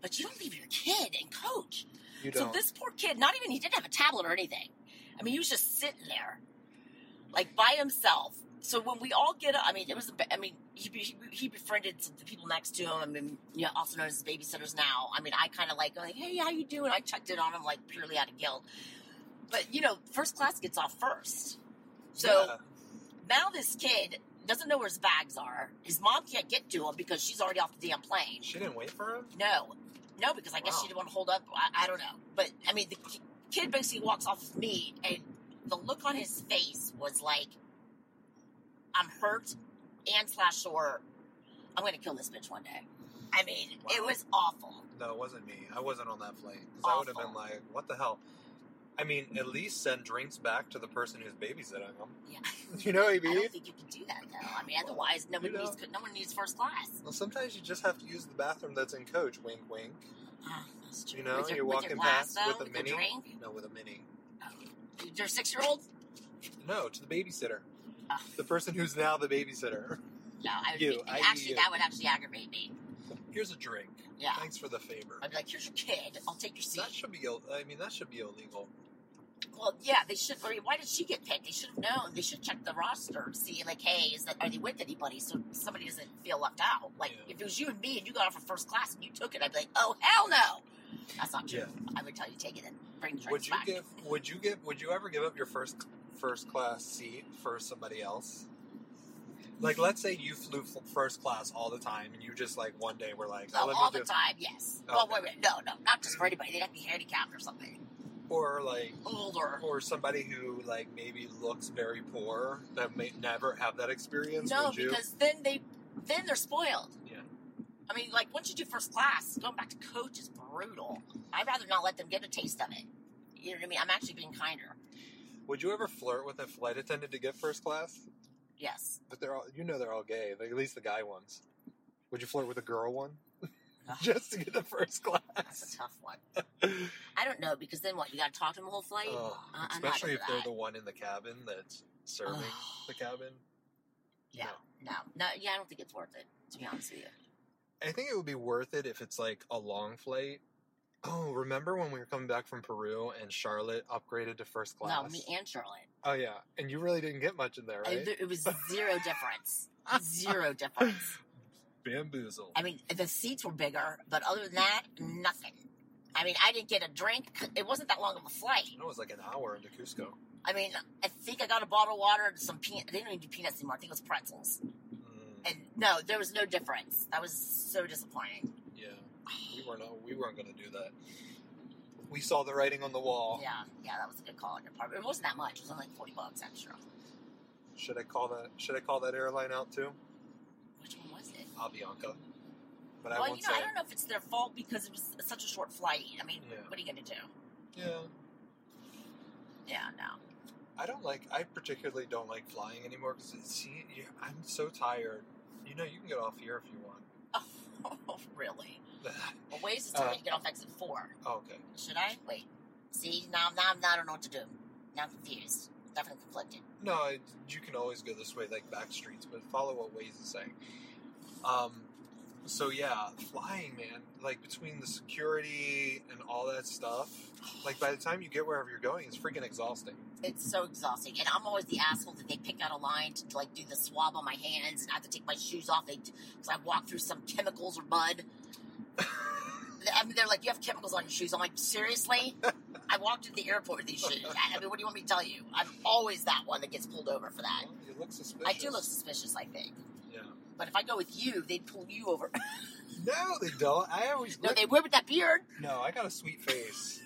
[SPEAKER 4] But you don't leave your kid and coach.
[SPEAKER 2] You
[SPEAKER 4] So
[SPEAKER 2] don't.
[SPEAKER 4] this poor kid, not even he didn't have a tablet or anything. I mean, he was just sitting there, like by himself. So when we all get up, I mean, it was. a ba- I mean, he be- he, be- he befriended some, the people next to him. I mean, you know, also known as babysitters now. I mean, I kind of like like, hey, how you doing? I checked in on him like purely out of guilt. But you know, first class gets off first. So
[SPEAKER 2] Yeah.
[SPEAKER 4] now this kid doesn't know where his bags are. His mom can't get to him because she's already off the damn plane.
[SPEAKER 2] she didn't wait for him.
[SPEAKER 4] No, no, because I guess
[SPEAKER 2] Wow.
[SPEAKER 4] she didn't want to hold up. I, I don't know, but I mean, the ki- kid basically walks off of me, and the look on his face was like, "I'm hurt," and slash or, "I'm going to kill this bitch one day." I mean, it
[SPEAKER 2] Wow.
[SPEAKER 4] was awful.
[SPEAKER 2] No, it wasn't me. I wasn't on that flight because I would have
[SPEAKER 4] Awful.
[SPEAKER 2] been like, "What the hell?" I mean, at least send drinks back to the person who's babysitting them.
[SPEAKER 4] Yeah.
[SPEAKER 2] You know what I
[SPEAKER 4] I
[SPEAKER 2] mean?
[SPEAKER 4] don't think you can do that though. I mean, otherwise, no one
[SPEAKER 2] You know.
[SPEAKER 4] needs no one needs first class.
[SPEAKER 2] Well, sometimes you just have to use the bathroom that's in coach. Wink, wink.
[SPEAKER 4] Ah, that's true.
[SPEAKER 2] You know,
[SPEAKER 4] With your-
[SPEAKER 2] you're
[SPEAKER 4] with your
[SPEAKER 2] walking
[SPEAKER 4] glass,
[SPEAKER 2] past with
[SPEAKER 4] though,
[SPEAKER 2] a mini.
[SPEAKER 4] Your drink.
[SPEAKER 2] No, with a mini.
[SPEAKER 4] Oh. Your six year old?
[SPEAKER 2] No, to the babysitter.
[SPEAKER 4] Ah.
[SPEAKER 2] The person who's now the babysitter.
[SPEAKER 4] No, I would
[SPEAKER 2] You,
[SPEAKER 4] think-
[SPEAKER 2] I-
[SPEAKER 4] actually
[SPEAKER 2] you.
[SPEAKER 4] that would actually aggravate me.
[SPEAKER 2] Here's a drink.
[SPEAKER 4] Yeah,
[SPEAKER 2] Thanks for the favor.
[SPEAKER 4] I'd be like, "Here's your kid. I'll take your seat."
[SPEAKER 2] That should be. ill- I mean, that should be illegal.
[SPEAKER 4] Well, yeah, they should. I mean, why did she get picked? They should have known. They should check the roster, and see like, hey, is that are they with anybody? So somebody doesn't feel left out. Like
[SPEAKER 2] Yeah.
[SPEAKER 4] if it was you and me, and you got off of first class and you took it, I'd be like, oh hell no, that's not true.
[SPEAKER 2] Yeah.
[SPEAKER 4] I would tell you take it and bring the
[SPEAKER 2] Would
[SPEAKER 4] drinks
[SPEAKER 2] you
[SPEAKER 4] back.
[SPEAKER 2] give? Would you give? Would you ever give up your first first class seat for somebody else? Like, let's say you flew f- first class all the time, and you just like one day were like, "Oh,
[SPEAKER 4] no,
[SPEAKER 2] "Let
[SPEAKER 4] Oh, all
[SPEAKER 2] me
[SPEAKER 4] the
[SPEAKER 2] do,"
[SPEAKER 4] time, yes. Well,
[SPEAKER 2] Okay.
[SPEAKER 4] wait, wait, no, no, not just for anybody. They'd have to be handicapped or something.
[SPEAKER 2] or like,
[SPEAKER 4] Older.
[SPEAKER 2] or somebody who like maybe looks very poor that may never have that experience.
[SPEAKER 4] No,
[SPEAKER 2] would you?
[SPEAKER 4] because then they then they're spoiled.
[SPEAKER 2] Yeah.
[SPEAKER 4] I mean, like once you do first class, going back to coach is brutal. I'd rather not let them get a taste of it. You know what I mean? I'm actually being kinder.
[SPEAKER 2] would you ever flirt with a flight attendant to get first class?
[SPEAKER 4] Yes.
[SPEAKER 2] But they're all, you know, they're all gay. Like, at least the guy ones. Would you flirt with a girl one? just to get the first
[SPEAKER 4] That's
[SPEAKER 2] class.
[SPEAKER 4] a tough one. I don't know because then what? You got to talk to them the whole flight.
[SPEAKER 2] Ugh,
[SPEAKER 4] I- I'm not
[SPEAKER 2] especially if
[SPEAKER 4] into
[SPEAKER 2] they're
[SPEAKER 4] that.
[SPEAKER 2] the one in the cabin that's serving
[SPEAKER 4] Ugh.
[SPEAKER 2] the cabin.
[SPEAKER 4] yeah. No. No. Yeah. I don't think it's worth it. To be honest with you.
[SPEAKER 2] I think it would be worth it if it's like a long flight. Oh, remember when we were coming back from Peru and Charlotte upgraded to first class?
[SPEAKER 4] No. Me and Charlotte.
[SPEAKER 2] oh yeah, and you really didn't get much in there,
[SPEAKER 4] I-
[SPEAKER 2] right?
[SPEAKER 4] there- it was zero difference. zero difference.
[SPEAKER 2] Bamboozled.
[SPEAKER 4] I mean, the seats were bigger, but other than that, nothing. I mean, I didn't get a drink. It wasn't that long of a flight.
[SPEAKER 2] it was like an hour into Cusco.
[SPEAKER 4] I mean, I think I got a bottle of water and some peanut. They don't even do peanuts anymore. I think it was pretzels.
[SPEAKER 2] Mm,
[SPEAKER 4] And no, there was no difference. That was so disappointing.
[SPEAKER 2] yeah, we weren't. We weren't going to do that. We saw the writing on the wall.
[SPEAKER 4] Yeah, yeah, that was a good call on your part. It wasn't that much. It was only like forty bucks, I'm sure.
[SPEAKER 2] Should I call that? Should I call that airline out too?
[SPEAKER 4] Which one was it?
[SPEAKER 2] Avianca. But I
[SPEAKER 4] well,
[SPEAKER 2] won't
[SPEAKER 4] you know,
[SPEAKER 2] say.
[SPEAKER 4] I don't know if it's their fault because it was such a short flight. I mean,
[SPEAKER 2] Yeah.
[SPEAKER 4] what are you gonna do?
[SPEAKER 2] Yeah.
[SPEAKER 4] Yeah, no.
[SPEAKER 2] I don't like. I particularly don't like flying anymore because see, you- I'm so tired. You know, you can get off here if you want.
[SPEAKER 4] Oh, really? Well, Waze is telling me to get off exit four.
[SPEAKER 2] oh, okay.
[SPEAKER 4] Should I? Wait. See, now, now, now I don't know what to do. Now I'm confused. Definitely conflicted.
[SPEAKER 2] No, it, you can always go this way, like back streets, but follow what Waze is saying. Um, So yeah, flying, man. Like between the security and all that stuff, like by the time you get wherever you're going, it's freaking exhausting.
[SPEAKER 4] It's so exhausting. And I'm always the asshole that they pick out a line to like do the swab on my hands and I have to take my shoes off They because I walk through some chemicals or mud. I mean, they're like, you have chemicals on your shoes. I'm like, seriously? I walked into the airport with these shoes. I I mean, what do you want me to tell you? I'm always that one that gets pulled over for that.
[SPEAKER 2] You look suspicious.
[SPEAKER 4] I do look suspicious, I think.
[SPEAKER 2] Yeah.
[SPEAKER 4] But if I go with you, they'd pull you over.
[SPEAKER 2] No, they don't. I always
[SPEAKER 4] no,
[SPEAKER 2] look.
[SPEAKER 4] they would with that beard.
[SPEAKER 2] No, I got a sweet face.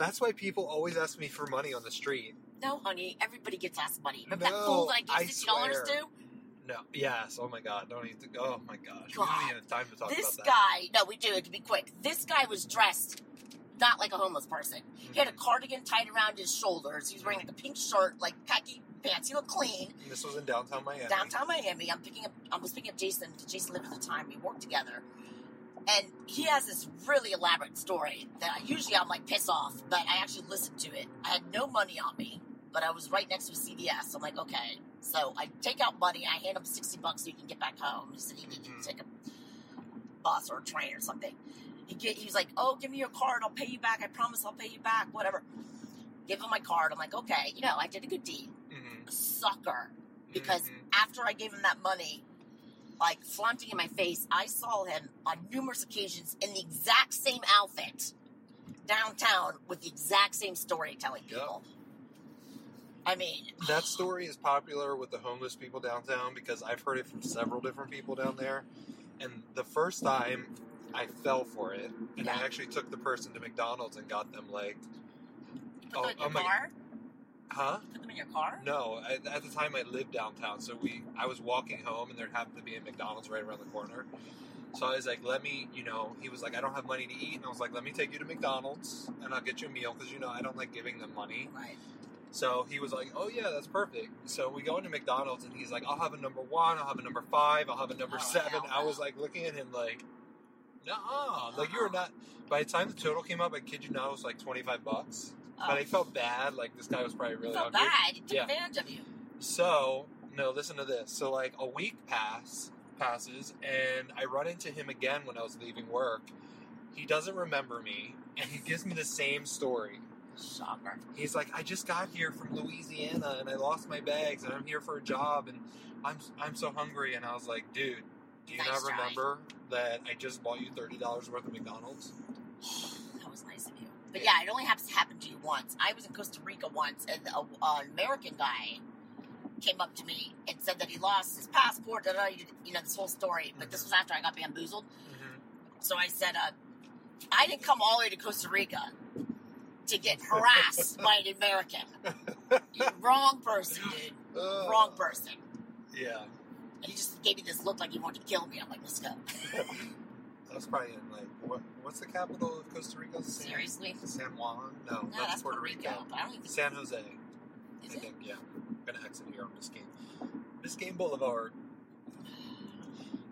[SPEAKER 2] That's why people always ask me for money on the street.
[SPEAKER 4] No, honey, everybody gets asked money. Remember that
[SPEAKER 2] No,
[SPEAKER 4] fool that I
[SPEAKER 2] I
[SPEAKER 4] gave sixty dollars
[SPEAKER 2] swear.
[SPEAKER 4] to?
[SPEAKER 2] No. Yes. Oh my God. Don't even. Oh my gosh. We
[SPEAKER 4] God.
[SPEAKER 2] don't even have time to talk
[SPEAKER 4] This
[SPEAKER 2] about that.
[SPEAKER 4] guy, no, we do it to be quick. This guy was dressed not like a homeless person.
[SPEAKER 2] Mm-hmm.
[SPEAKER 4] He had a cardigan tied around his shoulders. He was wearing like a pink shirt, like khaki pants. He looked clean.
[SPEAKER 2] And This was in downtown Miami.
[SPEAKER 4] Downtown Miami. I'm picking up. I was picking up Jason. Jason lived at the time. We worked together, and he has this really elaborate story that I, usually I'm like piss off, but I actually listened to it. I had no money on me, but I was right next to a CVS. I'm like, okay. So I take out money. I hand him sixty bucks so he can get back home. He said he needed
[SPEAKER 2] Mhm.
[SPEAKER 4] to take a bus or a train or something. He, get, he was like, oh, give me your card. I'll pay you back. I promise I'll pay you back. Whatever. Give him my card. I'm like, okay, you know, I did a good deed.
[SPEAKER 2] Mhm.
[SPEAKER 4] Sucker because
[SPEAKER 2] Mhm.
[SPEAKER 4] after I gave him that money, like flaunting in my face, I saw him on numerous occasions in the exact same outfit downtown with the exact same story telling
[SPEAKER 2] Yep.
[SPEAKER 4] people. I mean,
[SPEAKER 2] that story is popular with the homeless people downtown because I've heard it from several different people down there. And the first time I fell for it, and
[SPEAKER 4] Yeah.
[SPEAKER 2] I actually took the person to McDonald's and got them like,
[SPEAKER 4] put
[SPEAKER 2] Oh,
[SPEAKER 4] them in your
[SPEAKER 2] oh my-
[SPEAKER 4] car.
[SPEAKER 2] huh?
[SPEAKER 4] Put them in your car.
[SPEAKER 2] No, I, at the time I lived downtown, so we I was walking home and there happened to be a McDonald's right around the corner. So I was like, "Let me," you know. He was like, "I don't have money to eat," and I was like, "Let me take you to McDonald's and I'll get you a meal because you know I don't like giving them money."
[SPEAKER 4] Right.
[SPEAKER 2] So he was like, "Oh yeah, that's perfect." So we go into McDonald's and he's like, "I'll have a number one, I'll have a number five, I'll have a number
[SPEAKER 4] Oh,
[SPEAKER 2] seven.
[SPEAKER 4] hell
[SPEAKER 2] I was
[SPEAKER 4] no.
[SPEAKER 2] like looking at him like, "Nah, like
[SPEAKER 4] Uh-huh.
[SPEAKER 2] you were not." By the time the total came up, I kid you not, it was like twenty five bucks.
[SPEAKER 4] Oh,
[SPEAKER 2] But I felt bad, like this guy was probably really
[SPEAKER 4] felt
[SPEAKER 2] hungry.
[SPEAKER 4] bad. He took
[SPEAKER 2] Yeah.
[SPEAKER 4] advantage of you.
[SPEAKER 2] So no, listen to this. So like a week pass passes, and I run into him again when I was leaving work. He doesn't remember me, and he gives me the same story.
[SPEAKER 4] Shocker.
[SPEAKER 2] He's like, I just got here from Louisiana, and I lost my bags, and I'm here for a job, and I'm I'm so hungry. And I was like, dude, do you
[SPEAKER 4] Nice
[SPEAKER 2] not
[SPEAKER 4] try.
[SPEAKER 2] remember that I just bought you thirty dollars worth of McDonald's?
[SPEAKER 4] That was nice of you. But yeah, it only happens to happen to you once. I was in Costa Rica once, and a, an American guy came up to me and said that he lost his passport. Da, da, da, you know this whole story. But this was after I got bamboozled. Mm-hmm. So I said, uh, I didn't come all the way to Costa Rica to get harassed by an American. You wrong person, dude.
[SPEAKER 2] Uh,
[SPEAKER 4] Wrong person.
[SPEAKER 2] Yeah,
[SPEAKER 4] And he just gave me this look like he wanted to kill me. I'm like, let's go.
[SPEAKER 2] that was probably in like what what's the capital of Costa Rica? San-
[SPEAKER 4] Seriously?
[SPEAKER 2] San Juan? No,
[SPEAKER 4] No,
[SPEAKER 2] that's,
[SPEAKER 4] that's
[SPEAKER 2] Puerto Rico.
[SPEAKER 4] But I don't even think
[SPEAKER 2] San Jose, I
[SPEAKER 4] is it?
[SPEAKER 2] think. Yeah, I'm gonna exit here on Biscayne. Biscayne Boulevard.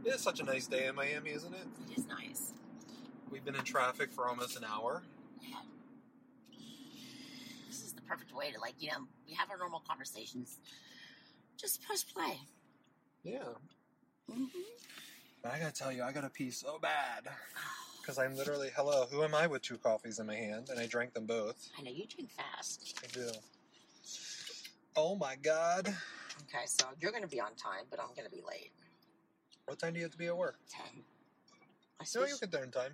[SPEAKER 2] It is such a nice day in Miami, isn't it?
[SPEAKER 4] It is nice.
[SPEAKER 2] We've been in traffic for almost an hour.
[SPEAKER 4] This is the perfect way to like, you know, we have our normal conversations. Just push play.
[SPEAKER 2] Yeah.
[SPEAKER 4] hmm
[SPEAKER 2] Mm-hmm. I gotta tell you, I gotta pee so bad. Because I'm literally, hello, who am I with two coffees in my hand? And I drank them both.
[SPEAKER 4] I know you drink fast.
[SPEAKER 2] I do. Oh my god.
[SPEAKER 4] Okay, so you're going to be on time, but I'm going to be late.
[SPEAKER 2] What time do you have to be at work?
[SPEAKER 4] Ten. I
[SPEAKER 2] No,
[SPEAKER 4] suppose
[SPEAKER 2] you can there in time.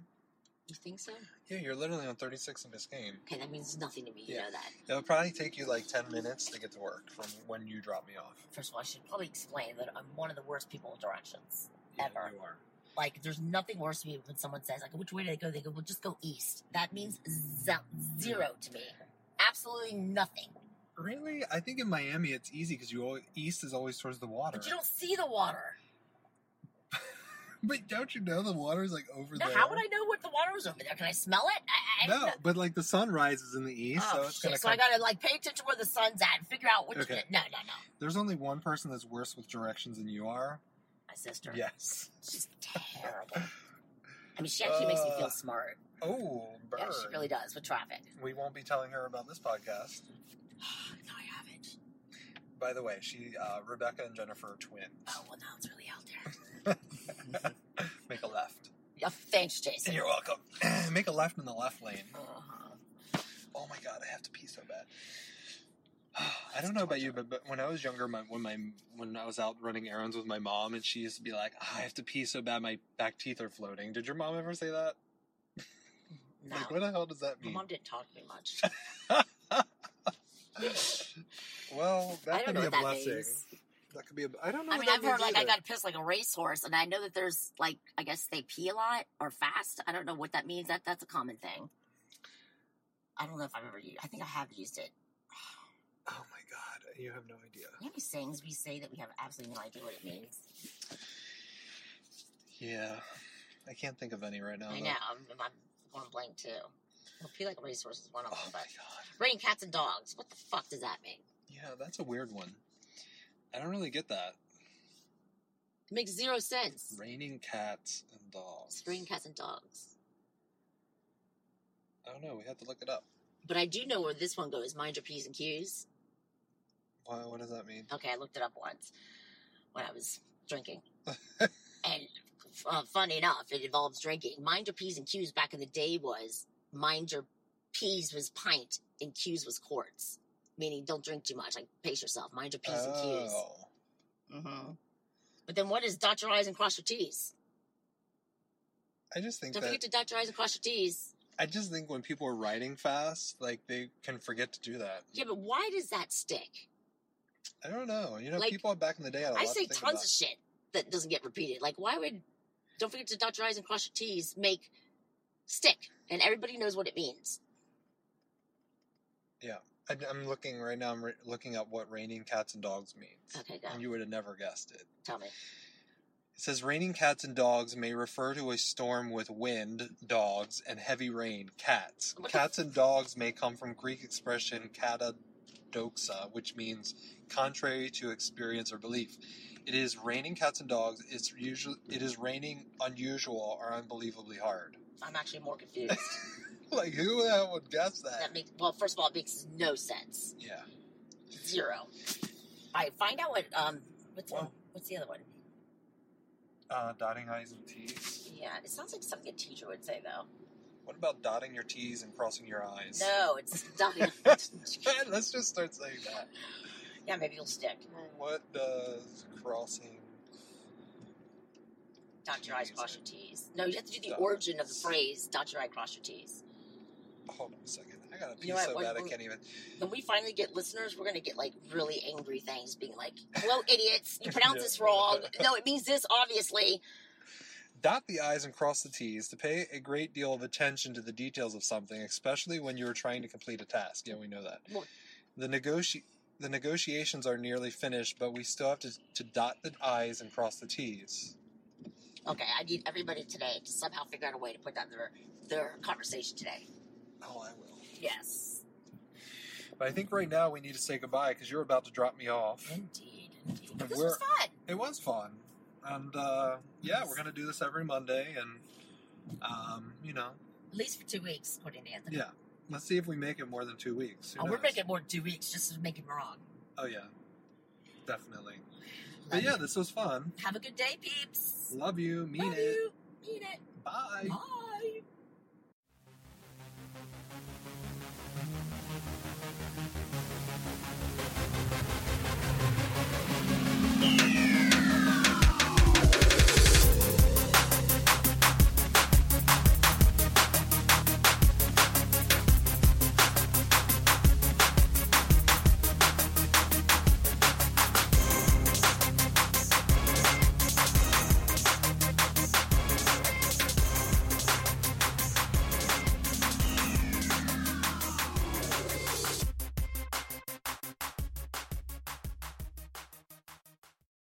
[SPEAKER 4] you think so?
[SPEAKER 2] Yeah, you're literally on 36 in Biscayne.
[SPEAKER 4] Okay, that means nothing to me. You
[SPEAKER 2] Yeah.
[SPEAKER 4] know that.
[SPEAKER 2] It'll probably take you like 10 minutes to get to work from when you drop me off.
[SPEAKER 4] First of all, I should probably explain that I'm one of the worst people with directions.
[SPEAKER 2] Yeah,
[SPEAKER 4] Ever.
[SPEAKER 2] You are.
[SPEAKER 4] Like, there's nothing worse to me when someone says, like, which way do they go? They go, well, just go east. That means ze- zero to me. Absolutely nothing.
[SPEAKER 2] Really? I think in Miami it's easy because you always, east is always towards the water.
[SPEAKER 4] But you don't see the water.
[SPEAKER 2] But don't you know the water's like over
[SPEAKER 4] Now,
[SPEAKER 2] there?
[SPEAKER 4] how would I know what the water was over there? Can I smell it? I, I don't
[SPEAKER 2] No,
[SPEAKER 4] know.
[SPEAKER 2] but like the sun rises in the east,
[SPEAKER 4] Oh,
[SPEAKER 2] so it's
[SPEAKER 4] shit.
[SPEAKER 2] gonna
[SPEAKER 4] so
[SPEAKER 2] come.
[SPEAKER 4] I gotta like pay attention where the sun's at and figure out which.
[SPEAKER 2] Okay.
[SPEAKER 4] No, no, no.
[SPEAKER 2] There's only one person that's worse with directions than you are.
[SPEAKER 4] My sister.
[SPEAKER 2] Yes.
[SPEAKER 4] She's terrible. I mean, she actually makes me
[SPEAKER 2] Uh,
[SPEAKER 4] feel smart.
[SPEAKER 2] Oh, bird.
[SPEAKER 4] Yeah, she really does with traffic.
[SPEAKER 2] We won't be telling her about this podcast.
[SPEAKER 4] no, I haven't.
[SPEAKER 2] By the way, she uh, Rebecca and Jennifer are twins.
[SPEAKER 4] Oh well, now it's really out there.
[SPEAKER 2] Make a left.
[SPEAKER 1] Yeah, thanks,
[SPEAKER 2] And
[SPEAKER 1] Jason.
[SPEAKER 2] you're welcome. Make a left in the left lane.
[SPEAKER 1] Uh-huh.
[SPEAKER 2] Oh my god, I have to pee so bad. I don't know about you, but, but when I was younger, my when my when I was out running errands with my mom, and she used to be like, "Ah, "I have to pee so bad, my back teeth are floating." Did your mom ever say that?
[SPEAKER 1] No,
[SPEAKER 2] Like, what the hell does that
[SPEAKER 1] my
[SPEAKER 2] mean?
[SPEAKER 1] mom didn't talk to me much.
[SPEAKER 2] well, that
[SPEAKER 1] I don't
[SPEAKER 2] could
[SPEAKER 1] know
[SPEAKER 2] be a
[SPEAKER 1] what that
[SPEAKER 2] blessing.
[SPEAKER 1] means.
[SPEAKER 2] That could be a. I don't know.
[SPEAKER 1] I
[SPEAKER 2] what
[SPEAKER 1] mean,
[SPEAKER 2] that
[SPEAKER 1] I've
[SPEAKER 2] means
[SPEAKER 1] heard like I
[SPEAKER 2] either.
[SPEAKER 1] got to piss like a racehorse, and I know that there's like I guess they pee a lot or fast. I don't know what that means. That that's a common thing. I don't know if I've ever used. I think I have used it.
[SPEAKER 2] Oh my god, you have no idea.
[SPEAKER 1] Maybe sayings we say that we have absolutely no idea what it means.
[SPEAKER 2] Yeah, I can't think of any right now.
[SPEAKER 1] I
[SPEAKER 2] though.
[SPEAKER 1] know. I'm, I'm going blank too. Well, pee like a racehorse is one of
[SPEAKER 2] Oh
[SPEAKER 1] them,
[SPEAKER 2] my
[SPEAKER 1] but
[SPEAKER 2] god.
[SPEAKER 1] raining cats and dogs. What the fuck does that mean?
[SPEAKER 2] Yeah, that's a weird one. I don't really get that.
[SPEAKER 1] It makes zero sense.
[SPEAKER 2] Raining cats and dogs.
[SPEAKER 1] Raining cats and dogs.
[SPEAKER 2] I don't know. We have to look it up.
[SPEAKER 1] But I do know where this one goes. Mind your p's and q's.
[SPEAKER 2] Why, what does that mean?
[SPEAKER 1] Okay, I looked it up once when I was drinking. and uh, funny enough, it involves drinking. Mind your P's and Q's back in the day was mind your P's was pint and Q's was quarts, meaning don't drink too much. Like, pace yourself. Mind your P's
[SPEAKER 2] oh,
[SPEAKER 1] and Q's. hmm But then what is dot your I's and cross your T's?
[SPEAKER 2] I just think
[SPEAKER 1] Don't
[SPEAKER 2] that
[SPEAKER 1] forget to dot your I's and cross your T's.
[SPEAKER 2] I just think when people are writing fast, like they can forget to do that.
[SPEAKER 1] Yeah, but why does that stick?
[SPEAKER 2] I don't know. You know,
[SPEAKER 1] Like,
[SPEAKER 2] people back in the day had a
[SPEAKER 1] I
[SPEAKER 2] lot
[SPEAKER 1] say
[SPEAKER 2] to think
[SPEAKER 1] tons
[SPEAKER 2] about.
[SPEAKER 1] of shit that doesn't get repeated. Like, why would don't forget to dot your I's and cross your T's make stick? And everybody knows what it means.
[SPEAKER 2] I, I'm looking right now. I'm re- looking up what raining cats and dogs means,
[SPEAKER 1] Okay, go.
[SPEAKER 2] and you would have never guessed it.
[SPEAKER 1] Tell me.
[SPEAKER 2] It says raining cats and dogs may refer to a storm with wind, dogs, and heavy rain, cats.
[SPEAKER 1] What the-
[SPEAKER 2] Cats and dogs may come from Greek expression katadoxa, which means contrary to experience or belief. It is raining cats and dogs. It's usually it is raining unusual or unbelievably hard.
[SPEAKER 1] I'm actually more confused.
[SPEAKER 2] Like who the hell would guess that?
[SPEAKER 1] that makes well, first of all, it makes no sense.
[SPEAKER 2] Yeah.
[SPEAKER 1] Zero. All right, find out what um what's
[SPEAKER 2] Well-
[SPEAKER 1] what's the other one?
[SPEAKER 2] Uh, dotting i's and t's.
[SPEAKER 1] Yeah, it sounds like something a teacher would say though.
[SPEAKER 2] What about dotting your t's and crossing your i's?
[SPEAKER 1] No, it's dotting.
[SPEAKER 2] Let's just start saying that.
[SPEAKER 1] yeah, maybe you'll stick.
[SPEAKER 2] What does crossing?
[SPEAKER 1] Dot your I's,
[SPEAKER 2] Jeez.
[SPEAKER 1] cross your T's. No, you have to do the
[SPEAKER 2] Dot.
[SPEAKER 1] origin of the phrase dot your I, cross your T's.
[SPEAKER 2] Hold on a second. I got a
[SPEAKER 1] You
[SPEAKER 2] pee
[SPEAKER 1] know what,
[SPEAKER 2] so
[SPEAKER 1] what-
[SPEAKER 2] bad I
[SPEAKER 1] what-
[SPEAKER 2] can't even.
[SPEAKER 1] When we finally get listeners, we're gonna get like really angry things being like, Hello idiots, you pronounce
[SPEAKER 2] Yeah.
[SPEAKER 1] this wrong. Oh, No, it means this obviously.
[SPEAKER 2] Dot the I's and cross the T's to pay a great deal of attention to the details of something, especially when you're trying to complete a task. Yeah, we know that.
[SPEAKER 1] Well-
[SPEAKER 2] The negoti- the negotiations are nearly finished, but we still have to, to dot the I's and cross the T's.
[SPEAKER 1] Okay, I need everybody today to somehow figure out a way to put that in their their conversation today.
[SPEAKER 2] Oh, I will.
[SPEAKER 1] Yes.
[SPEAKER 2] But I think right now we need to say goodbye because you're about to drop me off.
[SPEAKER 1] Indeed, indeed. But
[SPEAKER 2] And
[SPEAKER 1] this
[SPEAKER 2] we're-
[SPEAKER 1] was fun.
[SPEAKER 2] It was fun. And uh, yeah, we're going to do this every Monday. And, um, you know,
[SPEAKER 1] At least for two weeks, according to Anthony.
[SPEAKER 2] Yeah. Let's see if we make it more than two weeks. Who
[SPEAKER 1] Oh, we're
[SPEAKER 2] knows?
[SPEAKER 1] making more than two weeks just to make him wrong.
[SPEAKER 2] Oh yeah, definitely.
[SPEAKER 1] Love
[SPEAKER 2] But yeah,
[SPEAKER 1] you.
[SPEAKER 2] this was fun.
[SPEAKER 1] Have a good day, peeps.
[SPEAKER 2] Love you. Mean
[SPEAKER 1] Love
[SPEAKER 2] it.
[SPEAKER 1] you. Mean it.
[SPEAKER 2] Bye.
[SPEAKER 1] Bye.